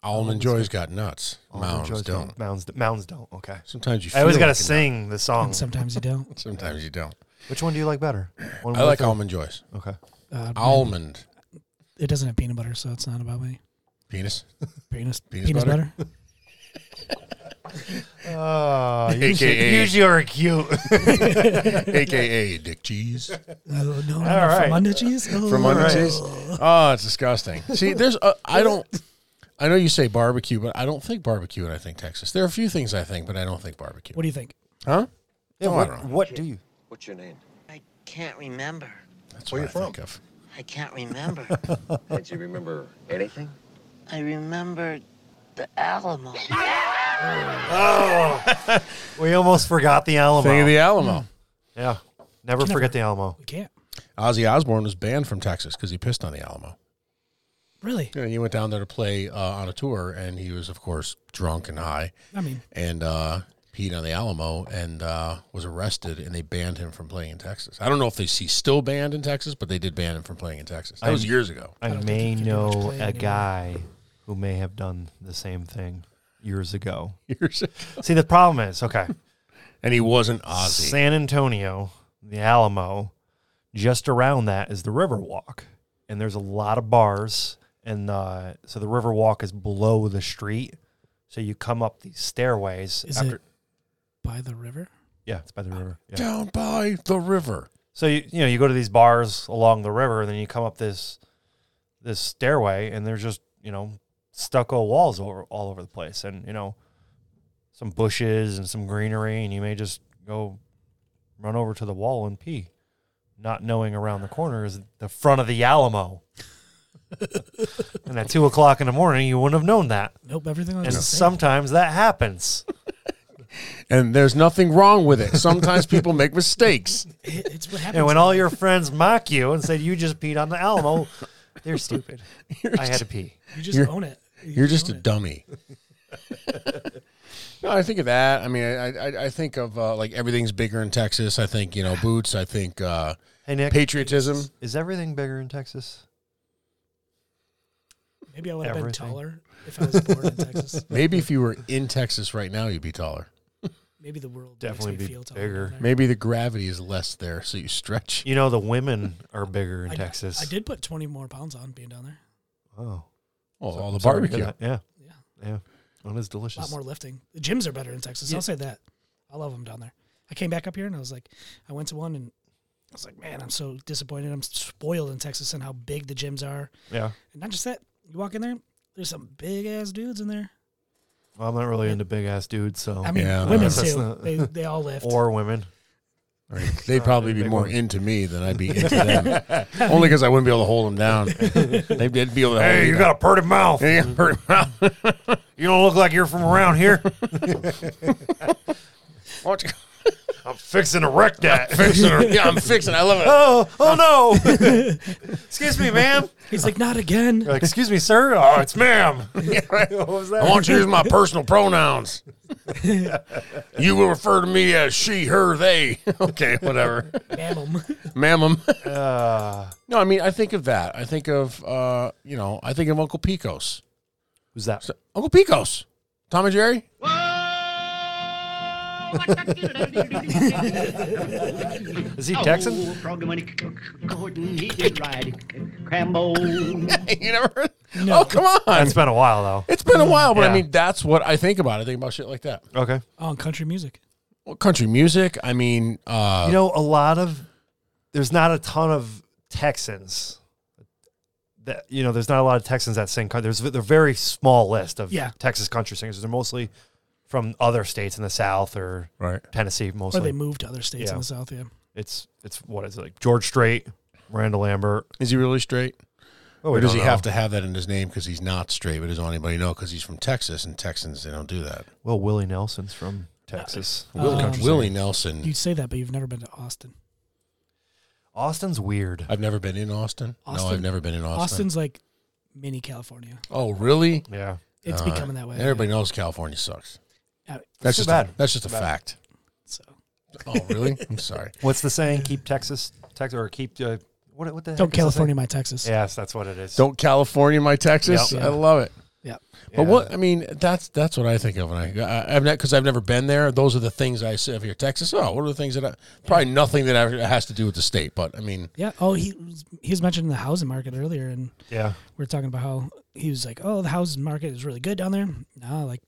A: almond joy's got nuts.
B: Almond
A: Mounds
B: Joy's
A: don't.
B: Mounds, Mounds don't. Okay.
A: Sometimes you.
B: I always
A: feel
B: got to
A: like a nut.
B: sing the song.
C: And sometimes you don't.
A: Sometimes you don't.
B: Which one do you like better? One
A: I
B: with Mm-hmm.
A: like
B: or-
A: almond
B: [LAUGHS]
A: joys.
B: Okay.
A: [LAUGHS]
C: Uh,
A: Almond
C: It doesn't have peanut butter, so it's not about me.
A: penis. [LAUGHS]
C: Penis,
A: Penis
C: peanut butter?
A: butter? [LAUGHS]
B: Uh, usually,
A: AKA.
B: usually
A: [LAUGHS]
B: are cute.
A: AKA dick cheese
C: Oh, no, no,
B: right.
C: from under cheese? Oh.
A: from under cheese. Oh, it's disgusting. See, there's uh,
C: [LAUGHS]
A: I don't. I know you say barbecue, but I don't think barbecue, and I think Texas. There are a few things I think, but I don't think barbecue.
C: What do you think?
A: Huh?
B: Yeah,
A: Oh, I
B: what,
A: don't know.
B: what do you?
D: What's your name?
E: I can't remember.
A: That's where what I think of.
E: I can't remember. [LAUGHS]
D: Can't you remember anything?
E: I remember the Alamo.
B: We almost forgot the Alamo.
A: Thing of the Alamo.
B: yeah. Never
C: Never.
B: forget the Alamo.
C: We can't.
A: Ozzy Osbourne was banned from Texas because he pissed on the Alamo.
C: Really?
A: And he went down there to play uh, on a tour, and he was, of course, drunk and high,
C: I mean,
A: and uh, peed on the Alamo, and uh, was arrested, and they banned him from playing in Texas. I don't know if they, he's still banned in Texas, but they did ban him from playing in Texas. That was
B: I'm-
A: years ago.
B: I
C: don't think
B: may
C: you can do much
B: know
C: playing
B: a
C: anymore.
B: guy who may have done the same thing years ago.
A: [LAUGHS] Years. ago.
B: See, the problem is okay.
A: And he wasn't Ozzy.
B: San Antonio, the Alamo, just around that is the Riverwalk, and there's a lot of bars, and uh, so the Riverwalk is below the street. So you come up these stairways
C: Is
B: after.
C: it- by the river?
B: Yeah, it's by the river. Yeah.
A: Down by the river.
B: So you you know you go to these bars along the river, and then you come up this this stairway, and there's just you know stucco walls over, all over the place, and you know some bushes and some greenery, and you may just go run over to the wall and pee, not knowing around the corner is the front of the Alamo. and at two o'clock in the morning, you wouldn't have known that.
C: Nope, everything else
B: And
C: is the same.
B: sometimes that happens.
A: And there's nothing wrong with it. Sometimes people make mistakes.
C: It- it's what happens.
B: And when all your friends mock you and say you just peed on the Alamo,
A: [LAUGHS]
B: they're stupid. I had to pee.
C: you just
A: you're-
C: own it. You
A: You're just a
C: own it.
A: dummy. [LAUGHS] No, I think of that. I mean, I I, I think of uh, like everything's bigger in Texas. I think you know boots. I think uh,
B: Hey Nick,
A: patriotism.
B: is everything bigger in Texas?
C: Maybe I would have been
B: Everything.
C: taller if I was born in Texas.
A: [LAUGHS] Maybe if you were in Texas right now, you'd be taller.
C: Maybe the world
B: Definitely
C: makes me
B: be
C: feel taller
B: bigger.
C: down there.
A: Maybe the gravity is less there, so you stretch.
B: You know, the women are bigger in
C: I-
B: Texas.
C: I did put 20 more pounds on being down there.
B: Oh,
A: Oh, all the
B: Sorry to
A: barbecue.
B: hear that. Yeah,
C: Yeah,
B: yeah. That is
C: a lot
B: delicious.
C: more lifting. The gyms are better in Texas.
B: Yeah.
C: I'll say that. I love them down there. I came back up here and I was like, I went to one and I was like, man, I'm so disappointed. I'm spoiled in Texas and how big the gyms are.
B: Yeah.
C: And not just that, you walk in there, there's some big ass dudes in there.
B: Well, I'm not really into big ass dudes, so
C: I mean,
A: Yeah,
C: women
B: that's- that's
C: too.
B: not-
C: they, they all lift.
B: or women.
A: Right. They'd probably be
B: Big
A: more
B: one.
A: into me than I'd be into them. Only because I wouldn't be able to hold them down. They'd they'd be able to. hold me down. [LAUGHS]
B: a pretty mouth.
A: Yeah, pretty well.
B: You don't look like you're from around [LAUGHS] here.
A: Watch-
B: I'm fixing to wreck that.
A: yeah, I'm fixing. I love it.
B: [LAUGHS] oh, oh no! [LAUGHS] Excuse me, ma'am.
C: He's like, not again.
B: Like, Excuse me, sir. Oh, it's ma'am.
A: Yeah, right.
B: What was
A: I
B: that?
A: want you to use my personal [LAUGHS] pronouns. you will refer to me as she, her, they. [LAUGHS] okay, whatever.
C: Damn [LAUGHS] 'em.
A: Mammum.
B: Uh,
A: [LAUGHS] No, I mean, I think of that. I think of, uh, you know, I think of Uncle Picos.
B: who's that?
A: Uncle Picos. Tom and Jerry?
B: Is he Texan?
A: [LAUGHS] you never heard? Oh, come on.
B: It's been a while
A: It's been a while, but I
B: Yeah.
A: mean, that's what I think about. I think about shit like that.
B: though. Okay.
C: Oh, and country music.
A: Well, country music. I mean, uh,
B: You know, a lot of there's not a ton of Texans. That you know, there's not a lot of Texans that sing. country. There's a very small list of
C: Yeah.
B: Texas country singers. They're mostly from other states in the South or
A: right.
B: Tennessee.
C: Or they
B: Mostly,
C: moved to other states
B: Yeah.
C: in the South. Yeah.
B: it's it's what is it like George Strait, Randall Lambert.
A: Is he really straight?
B: Oh,
A: Or does he have to have that in his name because he's not straight? But doesn't anybody know because he's from Texas and Texans they don't do that. Um,
B: Well, Willie Nelson's from Texas.
C: Willie-
B: Country
A: Willie
B: singer.
A: Nelson.
C: You say that, but you've never been to Austin.
B: Austin's weird.
A: I've never been in Austin. No, I've
C: Austin-
A: never been in Austin.
C: Austin's like mini California.
A: Oh, really?
B: Yeah.
C: It's
A: Uh,
C: becoming that way.
A: Everybody knows California sucks.
C: Yeah.
A: That's
B: too
A: just A,
B: bad.
A: that's just a
B: Too bad.
A: fact.
C: So
A: Oh, really? I'm sorry.
B: What's the saying? Keep Texas, Texas, or keep uh, what? What the? heck
C: don't
B: is the saying?
C: California my Texas.
B: Yes, that's what it is.
A: Don't California my Texas.
B: Yep.
A: I love it.
C: Yeah.
A: But
B: Yeah.
A: what I mean, that's that's what I think of when I, I I've not because I've never been there. Those are the things I say if you're Texas. Oh, what are the things that I, probably nothing that I, has to do with the state. But I mean,
C: Yeah. Oh, he was- he was mentioning the housing market earlier, and
B: Yeah.
C: we were talking about how he was like, "Oh, the housing market is really good down there." Nah, like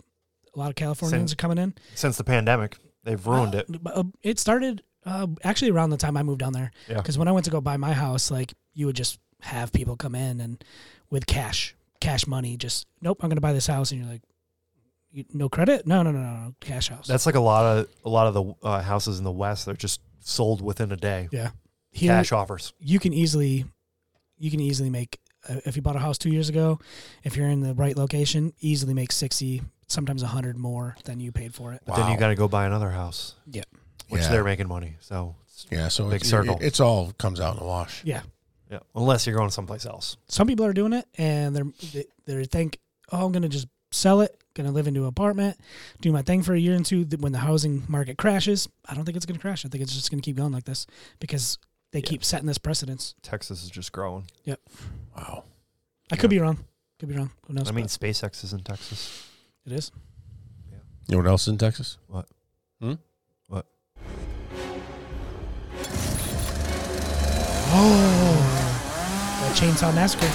C: a lot of Californians
B: Same.
C: are coming in.
B: Since the pandemic, they've ruined it.
C: But, uh, it started uh, actually around the time I moved down there.
B: Yeah.
C: Because when I went to go buy my house, like you would just have people come in and with cash, cash money, just nope, I'm gonna buy this house, and you're like, you, no credit, no, no, no, no, no, cash house.
B: That's like a lot of a lot of the uh, houses in the West. They're just sold within a day.
C: yeah. Here-
B: Cash offers.
C: you can easily you can easily make uh, if you bought a house two years ago if you're in the right location easily make 60 sometimes 100 more than you paid for it
B: But then you
A: Wow.
B: got to go buy another house,
C: yeah
B: which
A: Yeah.
B: they're making money. So it's-
A: yeah. So
B: Big
A: it's,
B: circle.
A: it- it's all comes out in the wash.
C: yeah
B: yeah, unless you're going someplace else.
C: some people are doing it and they're they, they think oh i'm gonna just sell it gonna live into an apartment do my thing for a year and two Th- when the housing market crashes i don't think it's gonna crash i think it's just gonna keep going like this because they keep setting this precedence
B: Texas is just growing.
A: Wow.
C: i could be wrong could be wrong who knows
B: I mean,
C: but
B: SpaceX is in Texas.
C: it is
A: You know what else is in Texas?
B: What?
A: Hmm?
B: What?
C: The chainsaw massacre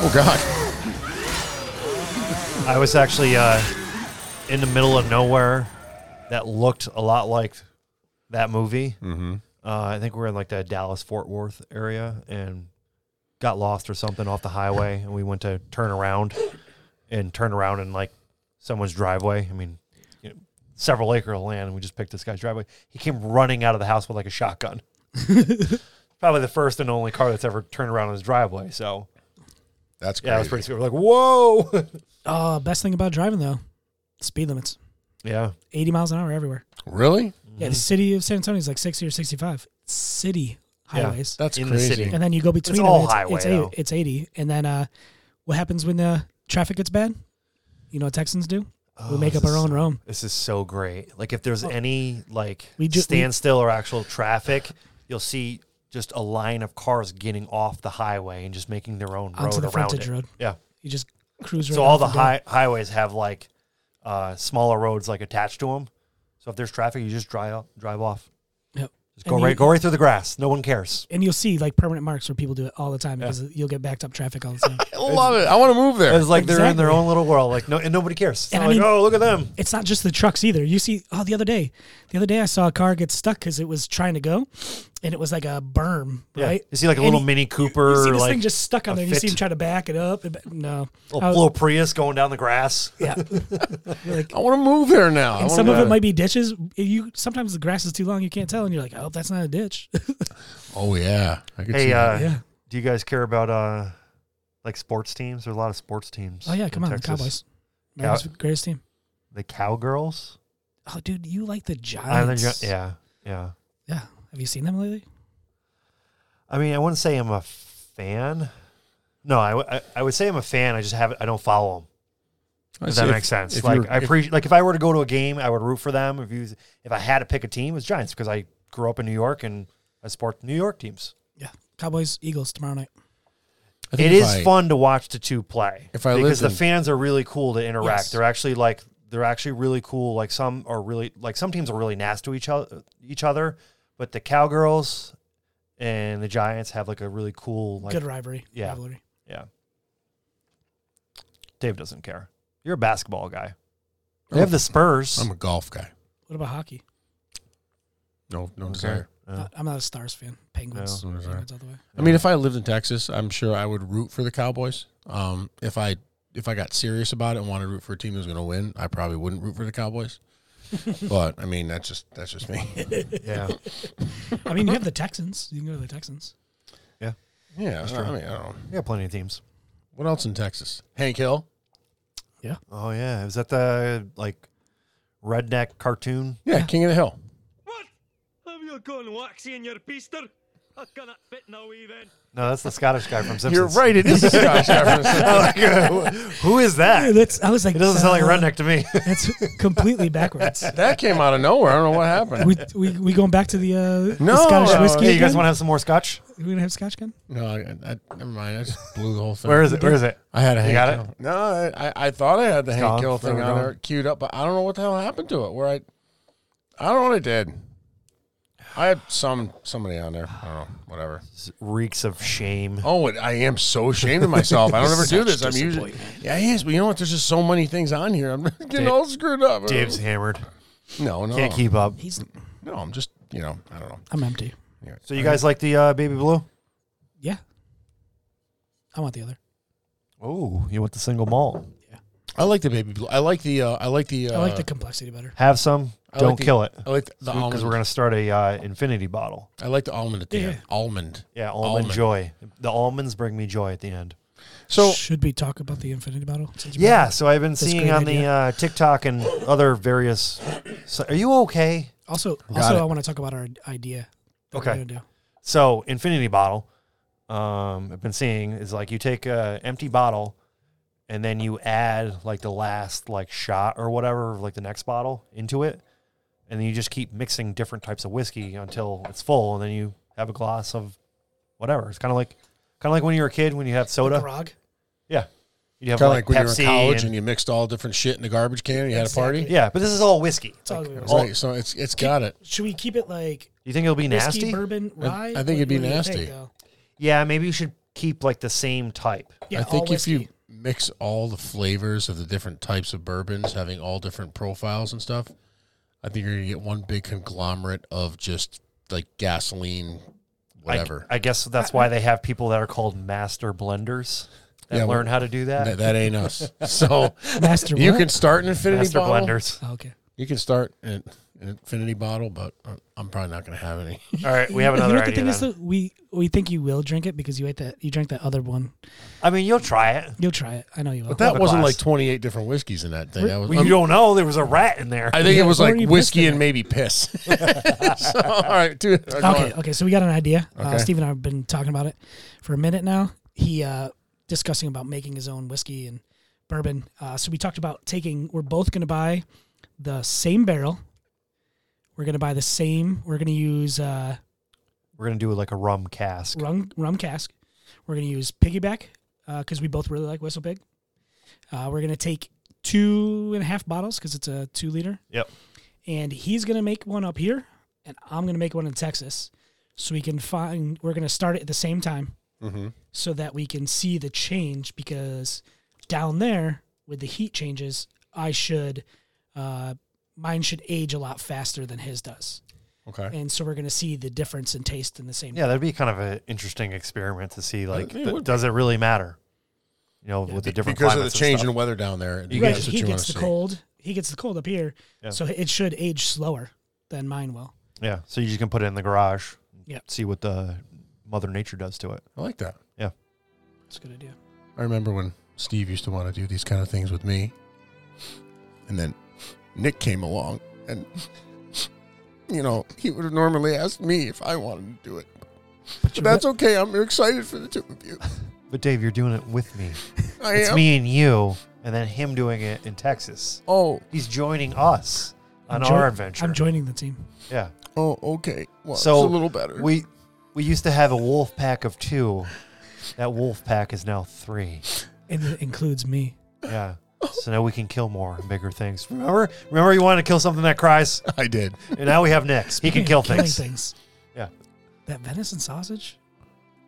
A: Oh God.
B: I was actually uh, in the middle of nowhere that looked a lot like that movie.
A: Mm-hmm.
B: Uh, I think we were in like the Dallas Fort Worth area and got lost or something off the highway, and we went to turn around and turn around in like someone's driveway. I mean, you know, several acre of land, and we just picked this guy's driveway. He came running out of the house with like
A: [LAUGHS]
B: a shotgun. Probably the first and only car that's ever turned around in his driveway. So
A: That's crazy.
B: yeah, it was pretty sweet. We're like, whoa, [LAUGHS]
C: Oh, best thing about driving though, speed limits.
B: yeah,
C: 80 miles an hour everywhere.
A: Really?
B: Mm-hmm.
C: Yeah, the city of San Antonio is like 60 or 65. City highways.
A: That's
B: In the
A: crazy.
B: city.
C: and then you go between
B: all
C: them,
B: highway,
C: it's,
B: though.
C: it's, 80, it's 80. And then uh, what happens when the traffic gets bad, you know what Texans do? we make
B: this
C: up our
B: Oh, is
C: own
B: so-
C: Rome.
B: This is so great. Like if there's any like
C: We ju- we-
B: standstill or actual traffic, you'll see just a line of cars getting off the highway and just making their own road
C: Onto the
B: around
C: frontage
B: it.
C: road.
B: Yeah.
C: You just cruise.
B: so
C: right
B: all
C: off
B: the
C: and go.
B: high, highways have like uh, smaller roads like attached to them. So if there's traffic, you just drive drive off.
C: Yep.
B: Just go
C: And
B: right
C: you-
B: go right through the grass. No one cares.
C: and you'll see like permanent marks where people do it all the time because you'll get backed up traffic all the
B: [LAUGHS]
C: time.
A: I love it. I want to move there.
B: It's like they're in their
C: Exactly.
B: own little world. Like no, and nobody cares. It's
C: And
B: not
C: I
B: like
C: mean-
B: oh look at them.
C: it's not just the trucks either. You see, oh, the other day, the other day I saw a car get stuck because it was trying to go, and it was like a berm, right?
B: Yeah. You see like a
C: And
B: little
C: you-
B: Mini Cooper.
C: You see this
B: like,
C: thing just stuck on
B: a
C: there. and You see
B: fit. Oh,
C: him try to back it up. And, ba- no,
B: little,
C: I was-
B: little Prius going down the grass.
C: yeah. You're like,
A: I want to move there now. I
C: and
A: wanna
C: some of
A: move
C: it might be ditches. You sometimes the grass is too long, you can't tell, and you're like, oh, that's not
B: [LAUGHS]
C: a ditch.
A: there. Oh yeah. I could
B: Hey, uh,
C: Yeah.
B: do you guys care about uh, like sports teams? There's a lot of sports teams.
C: oh yeah, come
B: in
C: on, the
B: Texas.
C: Cowboys,
B: Cow-
C: Mariners, greatest team.
B: the Cowgirls.
C: Oh, dude, you like the
B: I think-
C: Giants?
B: yeah, yeah.
C: yeah. Have you seen them lately?
B: I mean, I wouldn't say I'm a fan. No, I, w- I, I would say I'm a fan. I just have I don't follow them. Does that make sense? like I appreciate. Like if I were to go to a game, I would root for them. If you if I had to pick a team, it's Giants because I grew up in New York and I support New York teams.
C: Yeah, Cowboys, Eagles tomorrow night.
B: It is fun to watch the two play.
A: If I lived
B: because the
A: in-
B: fans are really cool to interact.
C: Yes.
B: They're actually like they're actually really cool. Like some are really like some teams are really nasty to each other each other, but the Cowgirls and the Giants have like a really cool like
C: Good rivalry.
B: yeah.
C: rivalry.
B: yeah. Dave doesn't care. You're a basketball guy.
A: I'm
B: They
A: a-
B: have the Spurs.
A: I'm a golf guy.
C: What about hockey?
A: No, no
B: Okay.
A: desire.
B: Uh,
C: I'm not a Stars fan. Penguins.
A: No, neither am I.
C: Penguins all the way.
A: I mean, if I lived in Texas, I'm sure I would root for the Cowboys. Um, if I if I got serious about it and wanted to root for a team that was going to win, I probably wouldn't root for the
B: [LAUGHS]
A: Cowboys. but I mean, that's just that's just me.
B: [LAUGHS] yeah.
C: I mean, you have the Texans. You can go to the Texans.
A: Yeah, I mean, I don't know.
B: We got plenty of teams.
A: What else in Texas? Hank Hill.
B: Oh yeah. Is that the like redneck cartoon?
A: Yeah, King of the Hill.
F: What? Have you gone waxy in your peaster? I cannot fit in a wee then.
B: No, that's the Scottish guy from Simpsons.
A: It is [LAUGHS] a Scottish reference.
B: Like, uh, who
A: [LAUGHS]
B: is that?
C: that's, I was
B: [LAUGHS]
C: like,
B: It doesn't sound like redneck to me.
C: That's Uh,
B: [LAUGHS]
C: completely backwards.
A: That came out of nowhere. I don't know what happened.
C: we, we we going back to the, uh, the
A: No,
C: Scottish
A: no,
C: whiskey.
B: hey, you guys
C: again?
B: want to have some more scotch?
C: We gonna have Scotch gun?
A: No, I, I, never mind. I just blew the whole thing.
B: Where is it? Where is it?
A: I had a Hank
B: got it?
A: Hill. No, I, I, I thought I had the Hank
B: gone.
A: Hill thing
B: Forever
A: on
B: gone.
A: there queued up, but I don't know what the hell happened to it. Where I, I don't know what I did. I had some somebody on there. I don't know. Whatever.
B: Reeks of shame.
A: Oh, and I am so ashamed of myself. I don't
B: [LAUGHS]
A: ever do this. I'm usually yeah, it is. But you know what? There's just so many things on here. I'm [LAUGHS] getting
B: Dave-
A: all screwed up.
B: Dave's hammered.
A: no, no,
B: Can't keep up.
C: He's
A: no. I'm just you know. I don't know.
C: I'm empty.
A: Anyway.
B: So you guys like the uh, baby blue?
C: Yeah. I want the other.
B: Oh, you want the single malt?
A: I like the baby blue. I like the. Uh, I like the. Uh,
C: I like the complexity better.
B: Have some.
A: I
B: Don't
A: like the-
B: kill it.
A: I like the, the almond.
B: Because we're gonna start a uh, infinity bottle.
A: I like the almond at the
C: Yeah,
A: end. Almond.
B: Yeah, almond,
A: Almond.
B: joy. The almonds bring me joy at the end.
A: So
C: should we talk about the infinity bottle? since you brought it
B: Yeah.
C: up?
B: So I've been
C: a
B: seeing
C: great
B: on the
C: idea.
B: uh, TikTok and other various. So, are you okay?
C: Also,
A: Got
C: also,
A: it.
C: I want to talk about our idea. that we're
B: Okay.
C: gonna do.
B: So infinity bottle, um, I've been seeing is like you take a empty bottle, and then you add like the last like shot or whatever, of, like the next bottle into it, and then you just keep mixing different types of whiskey until it's full, and then you have a glass of whatever. It's kind of like kind of like when you were a kid when you have soda.
C: Grog.
B: Yeah, you have
A: Kind of like, when
B: Pepsi
A: you were in college and,
B: and-
A: you mixed all different shit in the garbage can and you had a party.
B: yeah, but this is all whiskey.
C: It's all-
A: It's like- so it's it's got it.
C: should we keep it like
B: You think it'll be
C: whiskey,
B: nasty?
C: bourbon, rye?
A: I think it'd be
C: What do you
A: nasty.
C: think, though?
B: Yeah, maybe you should keep like the same type.
C: Yeah,
A: I
C: all
A: think if
C: whiskey.
A: you mix all the flavors of the different types of bourbons, having all different profiles and stuff, I think you're gonna get one big conglomerate of just like gasoline,
B: I-
A: whatever.
B: I, guess that's why they have people that are called master blenders that
A: Yeah, well,
B: learn how to do that.
A: that, that ain't
C: [LAUGHS]
A: us. So
C: master,
A: you
C: what?
A: can start an infinity
B: master
A: bottle.
B: blenders.
C: Oh, okay.
A: You can start an, an infinity bottle, but I'm- I'm probably not gonna have any.
B: All right, we have
C: [LAUGHS] You know
B: another
C: what the
B: idea.
C: thing is
B: then.
C: though? We we think you will drink it because you ate that you drank that other one.
B: I mean, you'll try it.
C: You'll try it. I know you will.
A: But [LAUGHS] that
B: a
A: wasn't
B: glass.
A: like 28 different whiskeys in that thing. That was
B: Well, you don't know there was a rat in there.
A: I think
C: Yeah,
A: it was
C: or
A: like
C: you pissed
A: whiskey
C: in
A: and
C: it.
A: maybe piss. [LAUGHS] so, all right, dude.
C: okay, okay. So we got an idea. Uh,
A: Okay.
C: Steve and I have been talking about it for a minute now. He uh, discussing about making his own whiskey and bourbon. Uh, so we talked about taking. We're both going to buy the same barrel. We're going to buy the same. We're going to use uh,
B: We're gonna do like a rum cask.
C: rum rum cask. We're going to use piggyback because we both really like Whistle Pig. Uh, we're going to take two and a half bottles because it's a two liter,
B: Yep.
C: and he's going to make one up here, and I'm going to make one in Texas, so we can find. We're going to start it at the same time,
B: Mm-hmm.
A: Mhm.
C: so that we can see the change because down there with the heat changes, I should. Uh, mine should age a lot faster than his does.
A: Okay.
C: And so we're going to see the difference in taste in the same
B: Yeah, that'd be kind of an interesting experiment to see. Like,
A: it
B: th-
A: would
B: does it really matter? You know, with the different
A: because of the
B: climates and
A: change
B: stuff.
A: in weather down there.
B: You
C: right,
B: guys-
C: he
A: wanna
C: gets the
A: see.
C: cold. He gets the cold up here,
B: Yeah.
C: so it should age slower than mine will.
B: yeah, so you can put it in the garage.
C: Yeah.
B: See what the Mother Nature does to it.
A: I like that.
C: That's a good idea.
A: I remember when Steve used to want to do these kind of things with me, and then Nick came along, and you know he would have normally asked me if I wanted to do it. But,
C: you're
A: that's okay. I'm excited for the two of you.
B: But Dave, you're doing it with me.
A: I
B: It's
A: am.
B: me and you, and then him doing it in Texas.
A: Oh,
B: He's joining us on
C: I'm joi-
B: our adventure.
C: I'm joining the team.
B: yeah.
A: oh, okay. Well,
B: So
A: it's a little better.
B: We we used to have a wolf pack of two. That wolf pack is now three.
C: And it includes me.
A: [LAUGHS]
B: Yeah. So now we can kill more and bigger things. Remember, remember, you wanted to kill something that cries,
A: [LAUGHS] I did.
B: and now we have Nick. He
C: [LAUGHS]
B: can kill
C: Killing
B: things. Yeah.
C: That venison sausage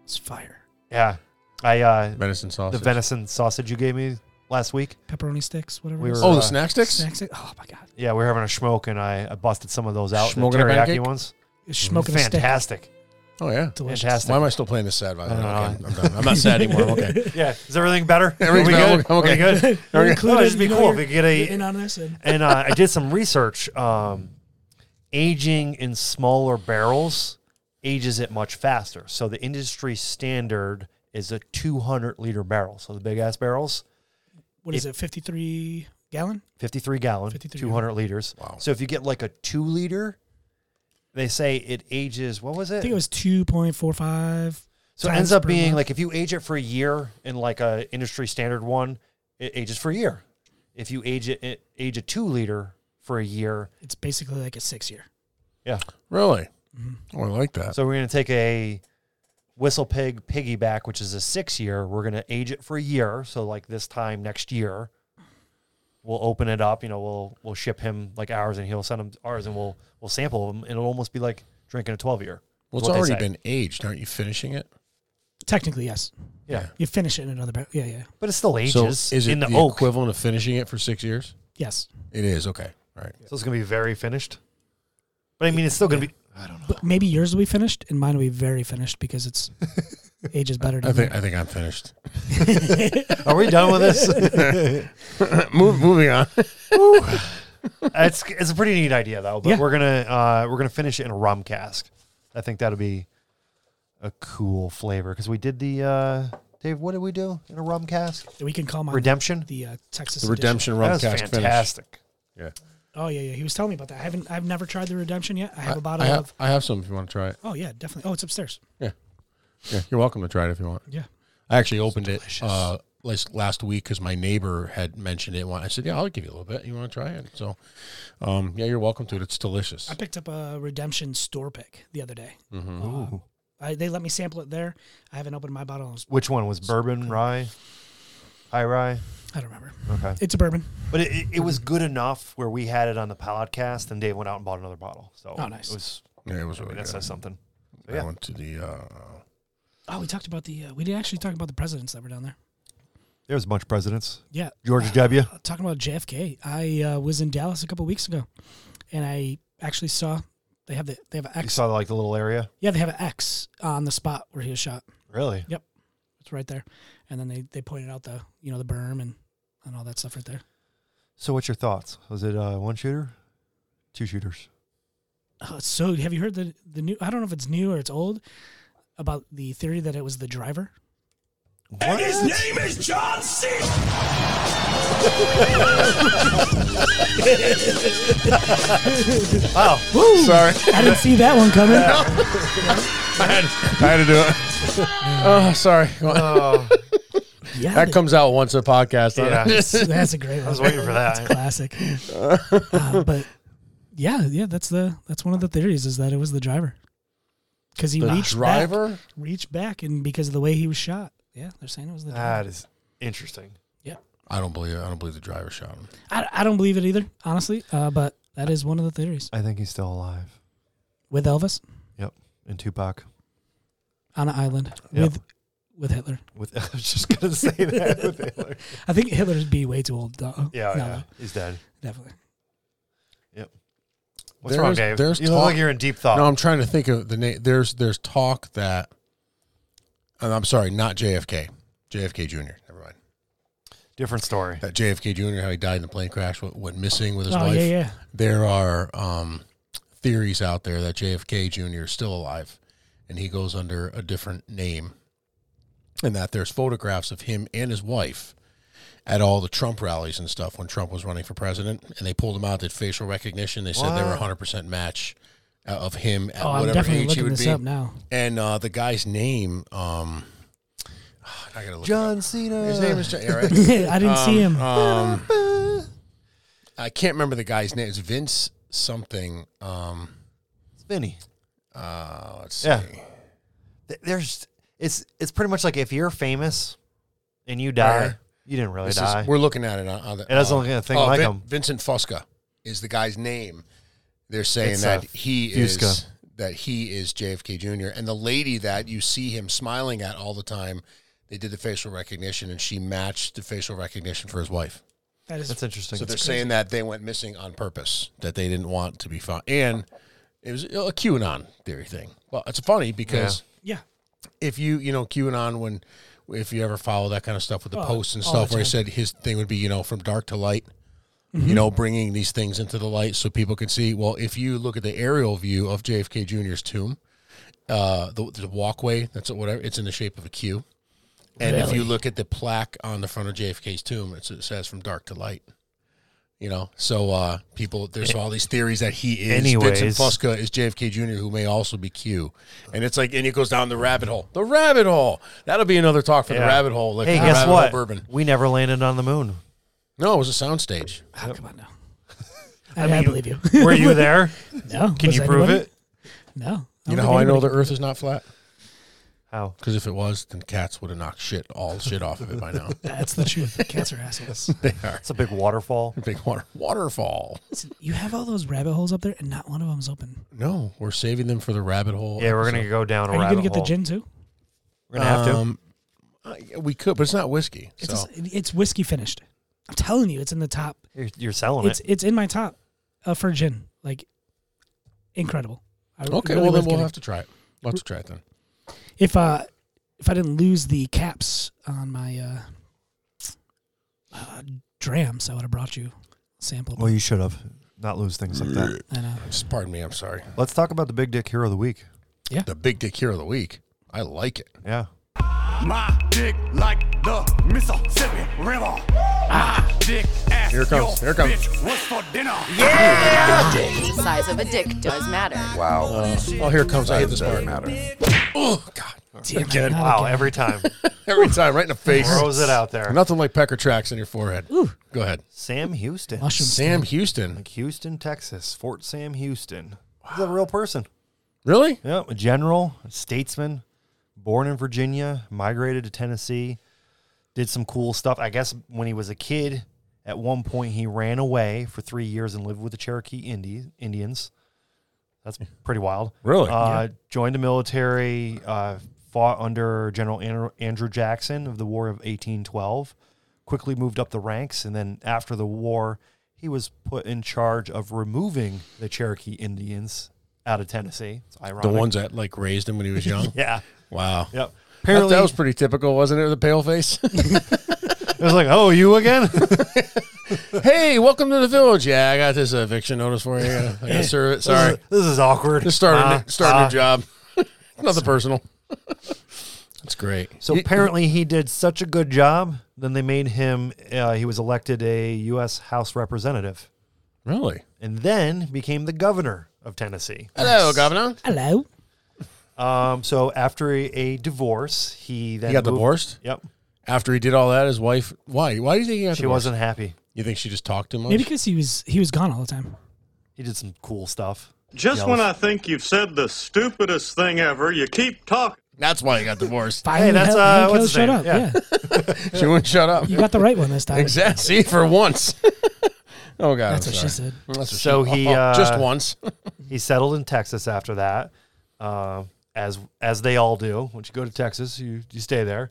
C: is fire.
B: Yeah, I uh,
A: Venison
B: the
A: sausage.
B: venison sausage you gave me last week.
C: Pepperoni sticks, whatever.
B: We
C: it is.
B: were-
A: oh,
B: uh,
A: the snack sticks.
C: Snack stick- Oh my god,
B: Yeah, we were having a smoke, and I, I busted some of those out. the
A: Smoking a
B: teriyaki
A: pancake?
B: ones,
C: It's smoking a stick.
B: fantastic,
A: Oh yeah.
C: Delicious.
B: fantastic.
A: Why am I still playing this sad violin?
B: I
A: Okay,
B: don't know.
A: I'm, done. I'm not sad anymore. I'm okay.
B: [LAUGHS] Yeah, is everything better?
A: Everything's
B: Are
A: better.
B: we good?
A: I'm okay.
B: Are we
C: [LAUGHS]
B: good?
C: You're
A: Okay.
C: included,
B: Oh, it'd be
C: you know,
B: cool
C: you're-
B: if we could get a-
C: you're in on this. And
B: and uh, I did some research. Um, aging in smaller barrels ages it much faster. So the industry standard is a 200 liter barrel. So the big ass barrels,
C: what is it? Fifty-three gallon.
B: 53 gallon,
C: 53
B: 200 liters.
A: Wow.
B: So if you get like a two liter, they say it ages. What was it?
C: I think it was two point four five.
B: so it ends up being like if you age it for a year in like a industry standard one, it ages for a year. If you age it, it age a two liter for a year.
C: it's basically like a six-year.
B: Yeah.
A: Really? Oh, I like that.
B: Mm-hmm. So we're going to take a whistle pig piggyback, which is a six year. We're going to age it for a year. So like this time next year, we'll open it up. You know, we'll we'll ship him like ours, and he'll send him ours, and we'll we'll sample them. It'll almost be like drinking a twelve year.
A: well, it's already been aged. Aren't you finishing it?
C: Technically, yes.
B: yeah,
C: You finish it in another barrel. Yeah, yeah.
B: but it still ages
A: so is it
B: in the,
A: the
B: oak.
A: equivalent of finishing it for six years?
C: Yes.
A: It is. Okay. All right.
B: So it's going to be very finished. But I mean, it's still going to be. I don't know.
C: But maybe yours will be finished and mine will be very finished because
A: [LAUGHS]
C: it's ages better
A: I
C: than
A: think
C: mine.
A: I think I'm finished.
B: [LAUGHS] Are we [LAUGHS] done with Oh, this?
A: Move, [LAUGHS] moving on.
B: it's it's a pretty neat idea though. But
C: Yeah.
B: we're gonna uh, we're gonna finish it in a rum cask. I think that'll be a cool flavor because we did the uh, Dave. What did we do in a rum cask?
C: we can call mine
B: Redemption.
C: the uh, Texas
A: The
C: edition.
A: redemption
B: That
A: rum
B: was
A: cast finish.
B: fantastic.
A: Yeah.
C: Oh yeah, yeah. He was telling me about that. I haven't. I've never tried the redemption yet. I have a
A: I-
C: bottle
A: I have,
C: of.
A: I have some if you want to try it.
C: Oh yeah, definitely. Oh, it's upstairs.
A: Yeah. Yeah. You're welcome to try it if you want.
C: Yeah.
A: I actually opened it uh, last, last week because my neighbor had mentioned it. I said, Yeah, I'll give you a little bit. You want to try it? So, um, yeah, you're welcome to it. It's delicious.
C: I picked up a redemption store pick the other day. Uh, I, they let me sample it there. I haven't opened my bottle.
B: Which one was bourbon rye? High rye.
C: I don't remember.
B: Okay.
C: It's a bourbon.
B: But it, it, it was good enough where we had it on the podcast, and Dave went out and bought another bottle. So
C: Oh, nice.
B: It was
A: Yeah, it was
B: I mean,
A: really
B: that
A: good.
B: says something. So,
A: I
B: yeah.
A: went to the. Uh,
C: Oh, we talked about the. Uh, we did actually talk about the presidents that were down there.
B: There was a bunch of presidents.
C: Yeah.
B: George
C: [LAUGHS]
B: W.
C: Uh, talking about JFK, I uh, was in Dallas a couple weeks ago, and I actually saw they have the they have an
B: You
C: X.
B: saw like the little area.
C: Yeah, they have an X on the spot where he was shot.
B: Really?
C: It's right there, and then they they pointed out the you know the berm and and all that stuff right there.
B: So what's your thoughts? Was it uh, one shooter, two shooters?
C: Oh, it's so have you heard the the new? I don't know if it's new or it's old about the theory that it was the driver.
B: What is
G: name is John C.
B: Oh,
A: Sorry. [LAUGHS]
C: I didn't see that one
A: [LAUGHS]
C: coming.
A: I had, I had to do it. oh, sorry.
B: Oh.
C: Yeah,
A: That
C: they-
A: comes out once a podcast. [LAUGHS]
B: Yeah.
C: that's a great.
B: I was
C: one.
B: waiting for that.
C: That's classic. Uh, but yeah, yeah, that's the that's one of the theories is that it was the driver because he
A: The
C: reached back,
A: driver?
C: reached back, and because of the way he was shot. Yeah, they're saying it was the driver.
B: That is interesting.
C: yeah,
A: I don't believe it. I don't believe the driver shot him.
C: I, I don't believe it either, honestly. Uh, but that is one of the theories
B: I think he's still alive.
C: with Elvis
B: Yep. And Tupac.
C: on an island
B: Yep.
C: with with Hitler.
B: With [LAUGHS] I was just gonna say that. with Hitler.
C: I think Hitler's be way too old. Though.
B: [LAUGHS] Yeah, yeah.
C: No, no,
B: He's dead.
C: definitely.
B: What's
A: There's-
B: wrong, Dave?
A: there's
B: you look like
A: talk-
B: you're in deep thought.
A: No, I'm trying to think of the name. There's there's talk that, and I'm sorry, not JFK, JFK Jr. Never mind.
B: Different story.
A: That JFK Jr. how he died in the plane crash, what went missing with his
C: oh
A: wife.
C: yeah, yeah.
A: There are um, theories out there that JFK Jr. is still alive, and he goes under a different name, and that there's photographs of him and his wife at all the Trump rallies and stuff when Trump was running for president, and they pulled him out, did facial recognition. They said they were
B: What?
A: 100 percent match. uh, Of him at
C: Oh, I'm
A: whatever
C: definitely
A: age he
C: looking
A: would
C: this
A: be,
C: up now.
A: and uh, the guy's name, um, [SIGHS] I gotta look. it up.
B: John Cena.
A: His name is John. yeah, right.
C: [LAUGHS] I didn't see him.
A: Um, I can't remember the guy's name. It's Vince something. Um,
B: Vinny.
A: uh, let's see.
B: Yeah. Th- There's it's it's pretty much like if you're famous and you die,
A: Right here.
B: you didn't really
A: This is-
B: die.
A: we're looking at it. On, on the, uh,
B: It doesn't look like a thing like him.
A: Vincent Fusca is the guy's name. They're saying
B: It's,
A: that
B: uh,
A: he is
B: Fusca.
A: that he is JFK Jr. and the lady that you see him smiling at all the time. They did the facial recognition, and she matched the facial recognition for his wife.
C: That is
B: That's interesting.
A: So they're saying that they went missing on purpose, that they didn't want to be found, and it was a QAnon theory thing. Well, it's funny because
C: yeah.
A: if you you know QAnon when if you ever follow that kind of stuff with the
C: Oh,
A: posts and
C: all the
A: stuff where he
C: time. Mm-hmm.
A: said his thing would be you know from dark to light, you know bringing these things into the light so people can see. Well, if you look at the aerial view of JFK Jr.'s tomb, uh, the, the walkway that's whatever it's in the shape of a Q. And if you look at the plaque on the front of JFK's tomb, it's, it says "from dark to light." You know, so uh, people
C: Eh.
A: there's all these theories that he is Vincent
B: Anyways.
A: Fusca is JFK Jr., who may also be Q, and it's like and it goes down the rabbit hole. The rabbit hole. That'll be another talk for the
B: Yeah.
A: rabbit hole. Like
B: Hey,
A: the
B: guess
A: rabbit hole
B: what?
A: Bourbon.
B: We never landed on
A: [LAUGHS]
B: the moon.
A: No, it was a soundstage.
C: Oh, come on now. I, I believe you.
B: Were you there?
C: [LAUGHS] no.
B: Can
C: Was
B: you prove
C: anybody?
B: it?
C: No.
A: You
C: don't
A: know
C: think
A: how I know
C: anybody-
A: the Earth is not flat?
B: How?
A: Because if it was, then cats would have knocked shit all shit off of it
B: [LAUGHS]
A: by now.
C: That's the truth. Cats are assholes.
A: they are
B: It's a big waterfall.
A: big water waterfall.
C: Listen, you have all those rabbit holes up there, and not one of them's open.
A: No, we're saving them for the rabbit hole.
B: Yeah, we're
A: episode.
B: gonna go down a
C: Are you
B: rabbit
C: gonna get
B: hole.
C: the gin too?
B: We're gonna have to.
A: Um, uh, yeah, we could, but it's not whiskey.
C: It's
A: so
C: just- it's whiskey finished. I'm telling you, it's in the top.
B: you're, you're selling
C: It's
B: it.
C: it's in my top uh, for gin. Like incredible. I r-
A: okay,
C: really
A: well then
C: was
A: we'll
C: getting-
A: have to try it. We'll have to try it then.
C: if uh if I didn't lose the caps on my uh, uh drams, I would have brought you a sample.
B: Well, you should have not lose things like that.
C: I know.
A: Just pardon me, I'm sorry.
B: Let's talk about the big dick hero of the week.
A: The big dick hero of the week. I like it.
B: Yeah.
G: My dick like the Mississippi River. My dick ass.
A: Here it comes, here
G: your
A: it comes.
G: Bitch, what's for dinner?
H: Size of a dick does matter.
A: Oh, here it comes. I hit this part. Oh God! Again,
B: Wow. Every [LAUGHS] time
A: [LAUGHS] every time, right in the face.
B: throws it out there.
A: Nothing like pecker tracks in your forehead. Go ahead,
B: Sam Houston,
C: Mushroom
A: Sam Houston.
B: like Houston, Texas, Fort Sam Houston. He's a real person.
A: Really?
B: Yeah, a general, a statesman, born in Virginia, migrated to Tennessee, did some cool stuff. I guess when he was a kid, at one point he ran away for three years and lived with the Cherokee Indi- Indians. That's pretty wild.
A: Really?
B: Uh, Joined the military, uh, fought under General Andrew, Andrew Jackson of the War of 1812, quickly moved up the ranks, and then after the war, he was put in charge of removing the Cherokee Indians out of Tennessee. It's ironic.
A: The ones that like raised him when [LAUGHS] he was young.
B: Yeah.
A: Wow.
B: Yep.
A: That,
B: Apparently,
A: that was pretty typical, wasn't it? The pale [LAUGHS] face.
B: it was like, oh, you again?
A: [LAUGHS] hey, welcome to the village. Yeah, I got this eviction notice for you. I [LAUGHS] gotta, I gotta serve it. Sorry.
B: [LAUGHS] this is awkward.
A: Just starting
B: Ah,
A: starting
B: ah.
A: a job. [LAUGHS] Nothing personal. That's great.
B: So apparently, he did such a good job. Then they made him. Uh, he was elected a U.S. House representative,
A: really?
B: and then became the governor of Tennessee.
A: Hello, Governor.
C: Hello.
B: Um, so after a, a divorce, he then
A: He got
B: moved-
A: divorced.
B: Yep.
A: After he did all that, his wife. Why? Why do you think he got
B: She
A: divorced?
B: wasn't happy.
A: You think she just talked too much?
C: Maybe because he was he was gone all the time.
B: He did some cool stuff.
I: Just
B: Yells.
I: when I think you've said the stupidest thing ever, you keep talking.
A: [LAUGHS] That's why he got divorced. [LAUGHS]
C: Finally,
B: that's,
C: Hank-
B: uh,
C: Hank
B: what's
C: Hill
B: his
C: showed
B: name?
C: up.
B: Yeah.
C: Yeah.
A: she wouldn't shut up.
C: you got the right one this
A: [LAUGHS]
C: time.
A: exactly. See, for
C: [LAUGHS]
A: once. oh God.
C: That's
A: I'm sorry.
C: what she said.
A: That's what
B: So
A: she-
B: he,
A: oh, oh, just
B: uh,
A: once.
B: He settled in Texas after that, uh, as as they all do. Once you go to Texas, you you stay there.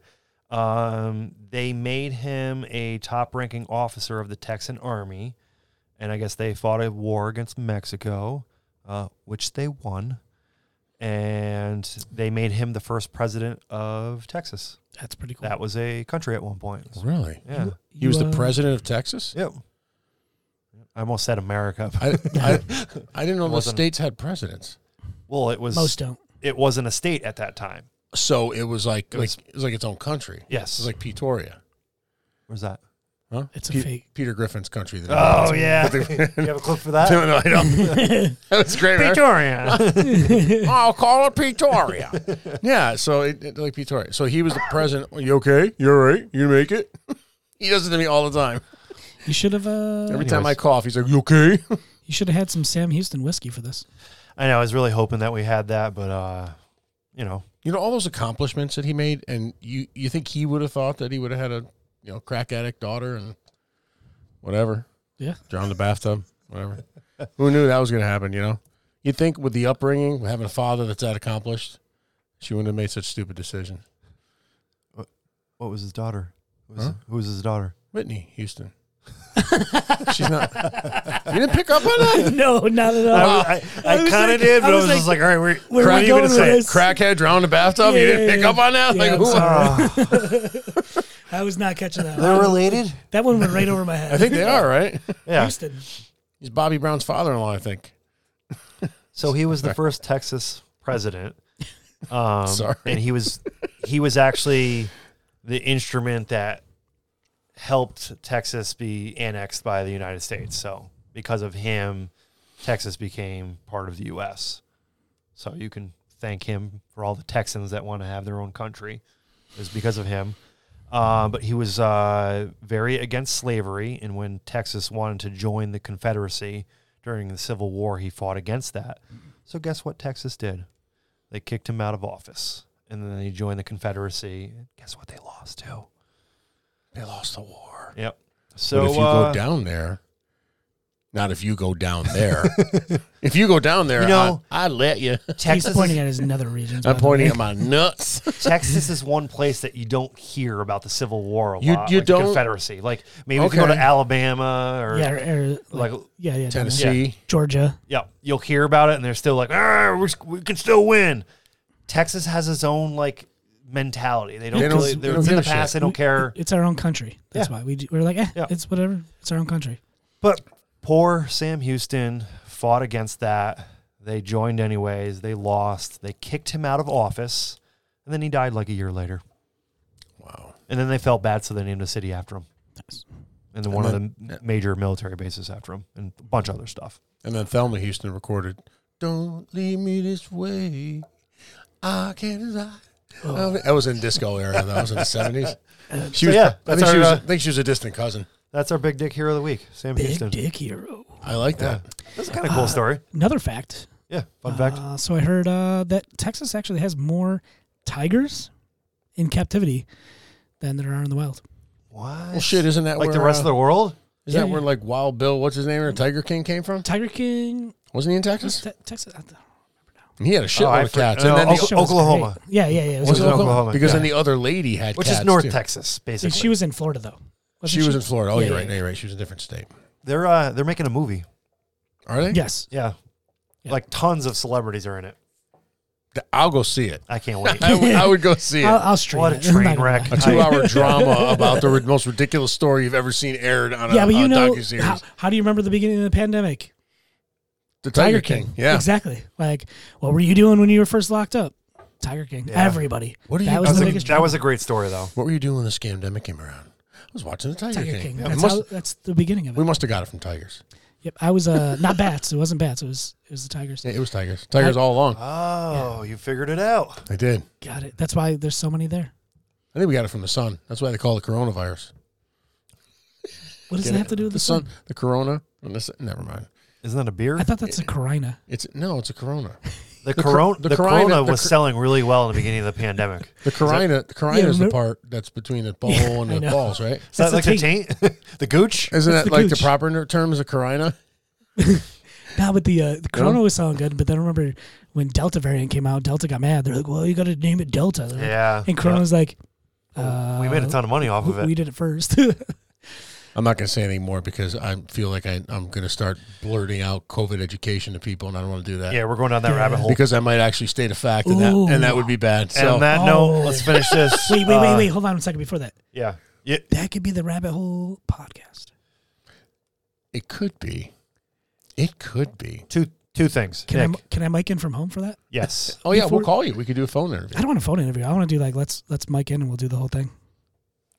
B: Um, they made him a top ranking officer of the Texan Army, and I guess they fought a war against Mexico, uh, which they won. And they made him the first president of Texas.
C: [LAUGHS] That's pretty cool.
B: That was a country at one point.
A: really?
B: Yeah.
A: He was
C: You,
A: the
C: uh,
A: president of Texas.
B: Yep. I almost said America.
A: I, I, I [LAUGHS] didn't know the
B: Wasn't-
A: states had presidents.
B: well, it was
C: Most don't.
B: it wasn't a state at that time.
A: So it was like
B: It was-
A: like it was like its own country.
B: Yes.
A: It was like Pretoria.
B: Where's that?
A: Huh?
C: It's a
A: Pe-
C: fake.
A: Peter Griffin's country. that-
B: Oh yeah. you [LAUGHS] have a clip for that?
A: Uh, [LAUGHS] no, no, I
C: [LAUGHS]
A: don't. that was great. man.
B: Victoria.
A: I'll call it Pretoria. [LAUGHS] yeah, so it, it- like Pretoria. So he was the president. Are you okay? You're right. You gonna make it. [LAUGHS] he does it to me all the time.
C: You should have uh,
A: Every time I cough, he's like, "You okay?" [LAUGHS]
C: you should have had some Sam Houston whiskey for this.
B: I know, I was really hoping that we had that, but uh you know,
A: you know all those accomplishments that he made, and you you think he would have thought that he would have had a you know crack addict daughter and whatever.
C: Yeah.
A: drown in the bathtub, whatever. Who knew that was gonna happen? You know, you think with the upbringing, having a father that's that accomplished, she wouldn't have made such stupid decision.
B: what was his daughter? Who was,
A: Huh?
B: who was his daughter?
A: Whitney Houston. She's not. You didn't pick up on that.
C: no, not at all.
B: I, I,
C: I was
B: kind of
C: like-
B: did, but
C: I
B: I was,
C: was
B: just like, all right, we're,
C: where
B: what
C: are
B: are
C: we
B: you going to
C: going with
B: say?
C: this?
A: Crackhead drowned in the bathtub.
C: Yeah,
A: you didn't
C: yeah,
A: pick
C: yeah.
A: up on that.
C: Yeah,
A: like
C: I'm
A: who?
C: sorry.
B: Ah,
C: I was not catching that.
B: they're
C: one.
B: related?
C: That one went right over my head.
A: I think they are [LAUGHS] right.
B: Yeah.
C: Houston.
A: He's Bobby Brown's father-in-law. I think.
B: So he was the first Texas president. Um,
A: Sorry.
B: And he was he was actually the instrument that helped Texas be annexed by the United States. So because of him, Texas became part of the U.S. So you can thank him for all the Texans that want to have their own country. It was because of him. Uh, but he was uh, very against slavery, and when Texas wanted to join the Confederacy during the Civil War, he fought against that. So guess what Texas did? They kicked him out of office, and then he joined the Confederacy. And guess what they lost to?
A: They lost the war.
B: Yep. So
A: but if you
B: uh,
A: go down there, not if you go down there. if you go down there,
B: You know-
A: I, I let you.
C: He's
B: Texas,
C: pointing
B: is,
C: at his nether regions.
A: I'm
C: by
A: [LAUGHS]
C: the
A: pointing
C: way.
A: at my nuts.
B: Texas is one place that you don't hear about the Civil War a
A: You-
B: lot.
A: you
B: like the
A: don't-
B: Confederacy, like maybe if you go
A: Okay.
B: to Alabama or
C: Yeah,
B: yeah,
C: or, or, like,
B: Like-
C: yeah, yeah, down there.
A: Tennessee.
C: Georgia.
B: you'll hear about it, and they're still like, "Ah, we're, we can still win. Texas has its own like mentality. They don't.
A: They don't-
B: really,
A: they
B: they're
A: don't
B: it's in the
A: give a
B: past.
A: shit.
B: They don't
C: We-
B: care.
C: It's our own country. That's
B: Yeah.
C: why we do, we're like, eh,
B: Yeah.
C: it's whatever. It's our own country.
B: But poor Sam Houston fought against that. They joined anyways. They lost. They kicked him out of office, and then he died like a year later.
A: Wow.
B: And then they felt bad, so they named a city after him.
C: Nice.
B: And then one of the m major military bases after him, and a bunch of other stuff.
A: And then Thelma Houston recorded, Don't leave me this way. I can't decide. That was in disco era. That was in the
B: [LAUGHS]
A: 70s. She was,
B: Oh. yeah,
A: I,
B: that's
A: think she
B: our,
A: was,
B: uh,
A: I think she was a distant cousin.
B: That's our big dick hero of the week, Sam
C: Big
B: Houston.
C: dick hero.
A: I like that.
B: That's kind of a cool story.
C: Another fact.
B: Yeah, fun fact.
C: Uh, so I heard uh, that Texas actually has more tigers in captivity than there are in the wild.
B: What?
A: Well, shit, isn't that
B: like
A: where,
B: the rest of
A: uh,
B: the world?
A: Is
C: Yeah,
A: that
C: yeah.
A: where like Wild Bill, what's his name, or Tiger King came from?
C: Tiger King,
A: Wasn't he in
C: was
A: Texas?
C: Te- Texas. I don't remember now.
A: And he had a shitload
B: Oh, I
A: of
B: forget-
A: cats.
B: no,
A: and then
B: Oka-
A: the,
C: Show was
B: Oklahoma.
C: great. Yeah, yeah, yeah. It was
A: was it
B: in
A: Oklahoma?
B: Oklahoma,
A: Because then
B: yeah.
A: the other lady had
B: Which
A: cats
B: is North
A: too.
B: Texas,
C: And
B: basically.
C: she was in Florida though.
A: She was in Florida. Oh,
C: Yeah,
A: you're
C: yeah,
A: right.
C: yeah.
A: Yeah, you're right. She was in a different state.
B: They're uh, they're making a movie.
A: Are they?
C: Yes.
B: Yeah.
C: Yeah.
B: Like tons of celebrities are in it.
A: Th- I'll go see it.
B: I can't
A: [LAUGHS]
B: wait. [LAUGHS]
A: I would- I would go see
C: I'll,
A: it.
C: I'll stream
B: What a
C: [LAUGHS] it. I'm not
B: train
C: gonna
B: wreck.
C: lie.
A: A two-hour drama about the ri- most ridiculous story you've ever seen aired on a,
C: Yeah, but you
A: a
C: know,
A: docuseries.
C: how, how do you remember the beginning of the pandemic?
A: the Tiger King. Yeah.
C: exactly. Like, what were you doing when you were first locked up? Tiger King.
B: Yeah.
C: Everybody.
A: What are you-
C: that was
A: That
B: That
C: the
B: was a-
C: biggest.
B: that
C: drama.
B: was a great story, though.
A: What were you doing when the scandemic came around? I was watching the Tiger,
C: Tiger
A: King.
C: King.
A: Yeah,
C: That's,
A: must-
C: how, that's the beginning of
A: we
C: it.
A: must have got it from Tigers.
C: Yep. I was uh not bats. It wasn't bats. It was it was the tigers.
A: Yeah, it was Tigers. Tigers all along.
B: Oh, you figured it out.
A: I did.
C: Got it. That's why there's so many there.
A: I think we got it from the sun. That's why they call it coronavirus.
C: What does
A: Get
C: that
A: it?
C: have to do with the sun?
A: The corona. and the sun- never mind.
B: Isn't that a beer?
C: I thought that's a Carina.
A: It's no, it's a corona.
C: [LAUGHS]
B: the,
A: the
B: corona,
A: cor-
B: the,
A: the
B: Corona,
A: corona- the
B: was
A: cor-
B: selling really well in the beginning of the
C: [LAUGHS]
B: pandemic.
A: The corona. The corona is the
C: remember-
A: part that's between
C: [LAUGHS]
A: the ball
C: Yeah,
A: and
C: I
A: the
C: know.
A: balls, right?
B: Is that
C: That's
B: like
C: the
B: the taint? [LAUGHS] the gooch?
A: Isn't
C: That's
A: that
C: the
A: like
C: gooch.
A: the proper ner- term is a corona?
C: No, but the, uh, the Corona was sounding good, but then I remember when Delta variant came out, Delta got mad. They're like, well, you got to name it Delta. They're like-
B: Yeah.
C: And Corona's like, uh,
B: we made a ton of money off of
C: we,
B: it.
C: we did it first. [LAUGHS]
A: I'm not going to say anything more because I feel like I, I'm going to start blurting out COVID education to people, and I don't want to do that.
B: yeah, we're going down that rabbit hole.
A: Because I might actually state a fact, and that, and that would be bad.
B: and
A: So
B: on that
C: Oh.
B: note, let's finish this.
C: [LAUGHS] wait, wait, wait,
B: uh,
C: wait. Hold on a second before that.
B: Yeah. yeah.
C: That could be the rabbit hole podcast.
A: it could be. It could be.
B: Two two things.
C: Can
B: Nick,
C: I can I mic in from home for that? [LAUGHS]
B: yes.
A: Oh yeah,
C: Before-
A: we'll call you. We could do a phone interview.
C: I don't want a phone interview. I want to do like let's let's mic in and we'll do the whole thing.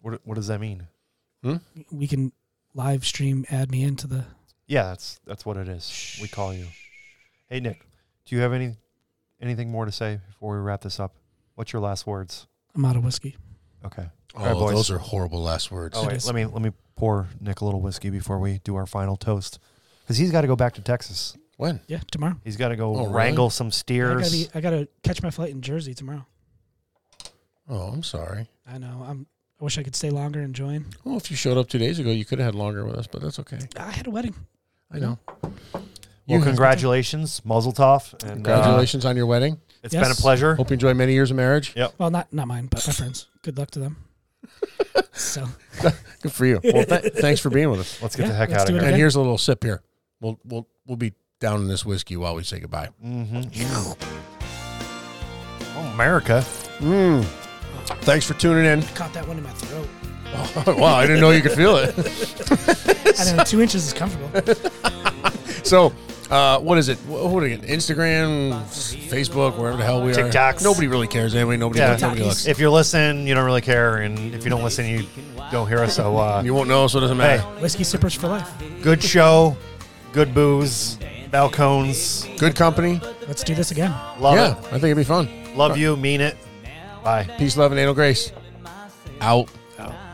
B: What, what does that mean?
C: We can live stream add me into the
B: Yeah, that's that's what it is. We call you. Hey Nick, do you have any anything more to say before we wrap this up? What's your last words?
C: I'm out of whiskey.
B: Okay.
A: Oh,
B: All right, boys.
A: those are horrible last words.
B: Oh
C: It
B: wait,
C: is.
B: let me let me pour Nick a little whiskey before we do our final toast, because he's got to go back to Texas.
A: When?
C: Yeah, tomorrow.
B: He's got to go
A: Oh, really?
B: wrangle some
C: I gotta
B: steers.
C: be, I gotta catch my flight in Jersey tomorrow.
A: Oh, I'm sorry.
C: I know. I'm I wish I could stay longer and join.
A: Well, if you showed up two days ago, you could have had longer with us, but that's okay.
C: I had a wedding.
A: I know.
B: well,
A: You-
B: congratulations, Muzzle Tov, and congratulations.
A: Congratulations on your wedding.
B: Uh, it's
C: Yes.
B: been a pleasure.
A: Hope you enjoy many years of marriage.
C: Well, not not mine, but my friends. Good luck
B: [LAUGHS]
C: to them. So
A: Good for you. Well, th- thanks for being with
B: [LAUGHS]
A: us.
B: Let's get
C: Yeah,
B: the heck
C: let's
B: out
C: do
B: of
C: it
B: here.
A: And here's a little sip here. We'll we'll we'll be down in this whiskey while we say goodbye.
B: Oh, America.
A: Thanks for tuning in. [LAUGHS] Oh,
C: caught that one in
B: [LAUGHS]
C: my throat.
A: wow, I didn't know you could feel it. [LAUGHS]
C: I know two inches is comfortable.
A: So, uh, what is it? Wh- What are you, Instagram, Facebook, wherever the hell we are.
B: TikToks.
A: Nobody really cares anyway. Nobody,
B: Yeah.
A: looks, nobody looks.
B: If you're listening, you don't really care, and if you don't listen, you don't hear us. So, uh,
A: You won't know, so it doesn't matter.
B: hey,
C: Whiskey sippers for life.
B: good show, good booze, balcones.
A: Good company.
C: Let's do this again.
B: Love
A: yeah, I think it'd be fun.
B: it. Love you. Mean it. Bye.
A: Peace, love, and anal grace. Out.
C: Oh.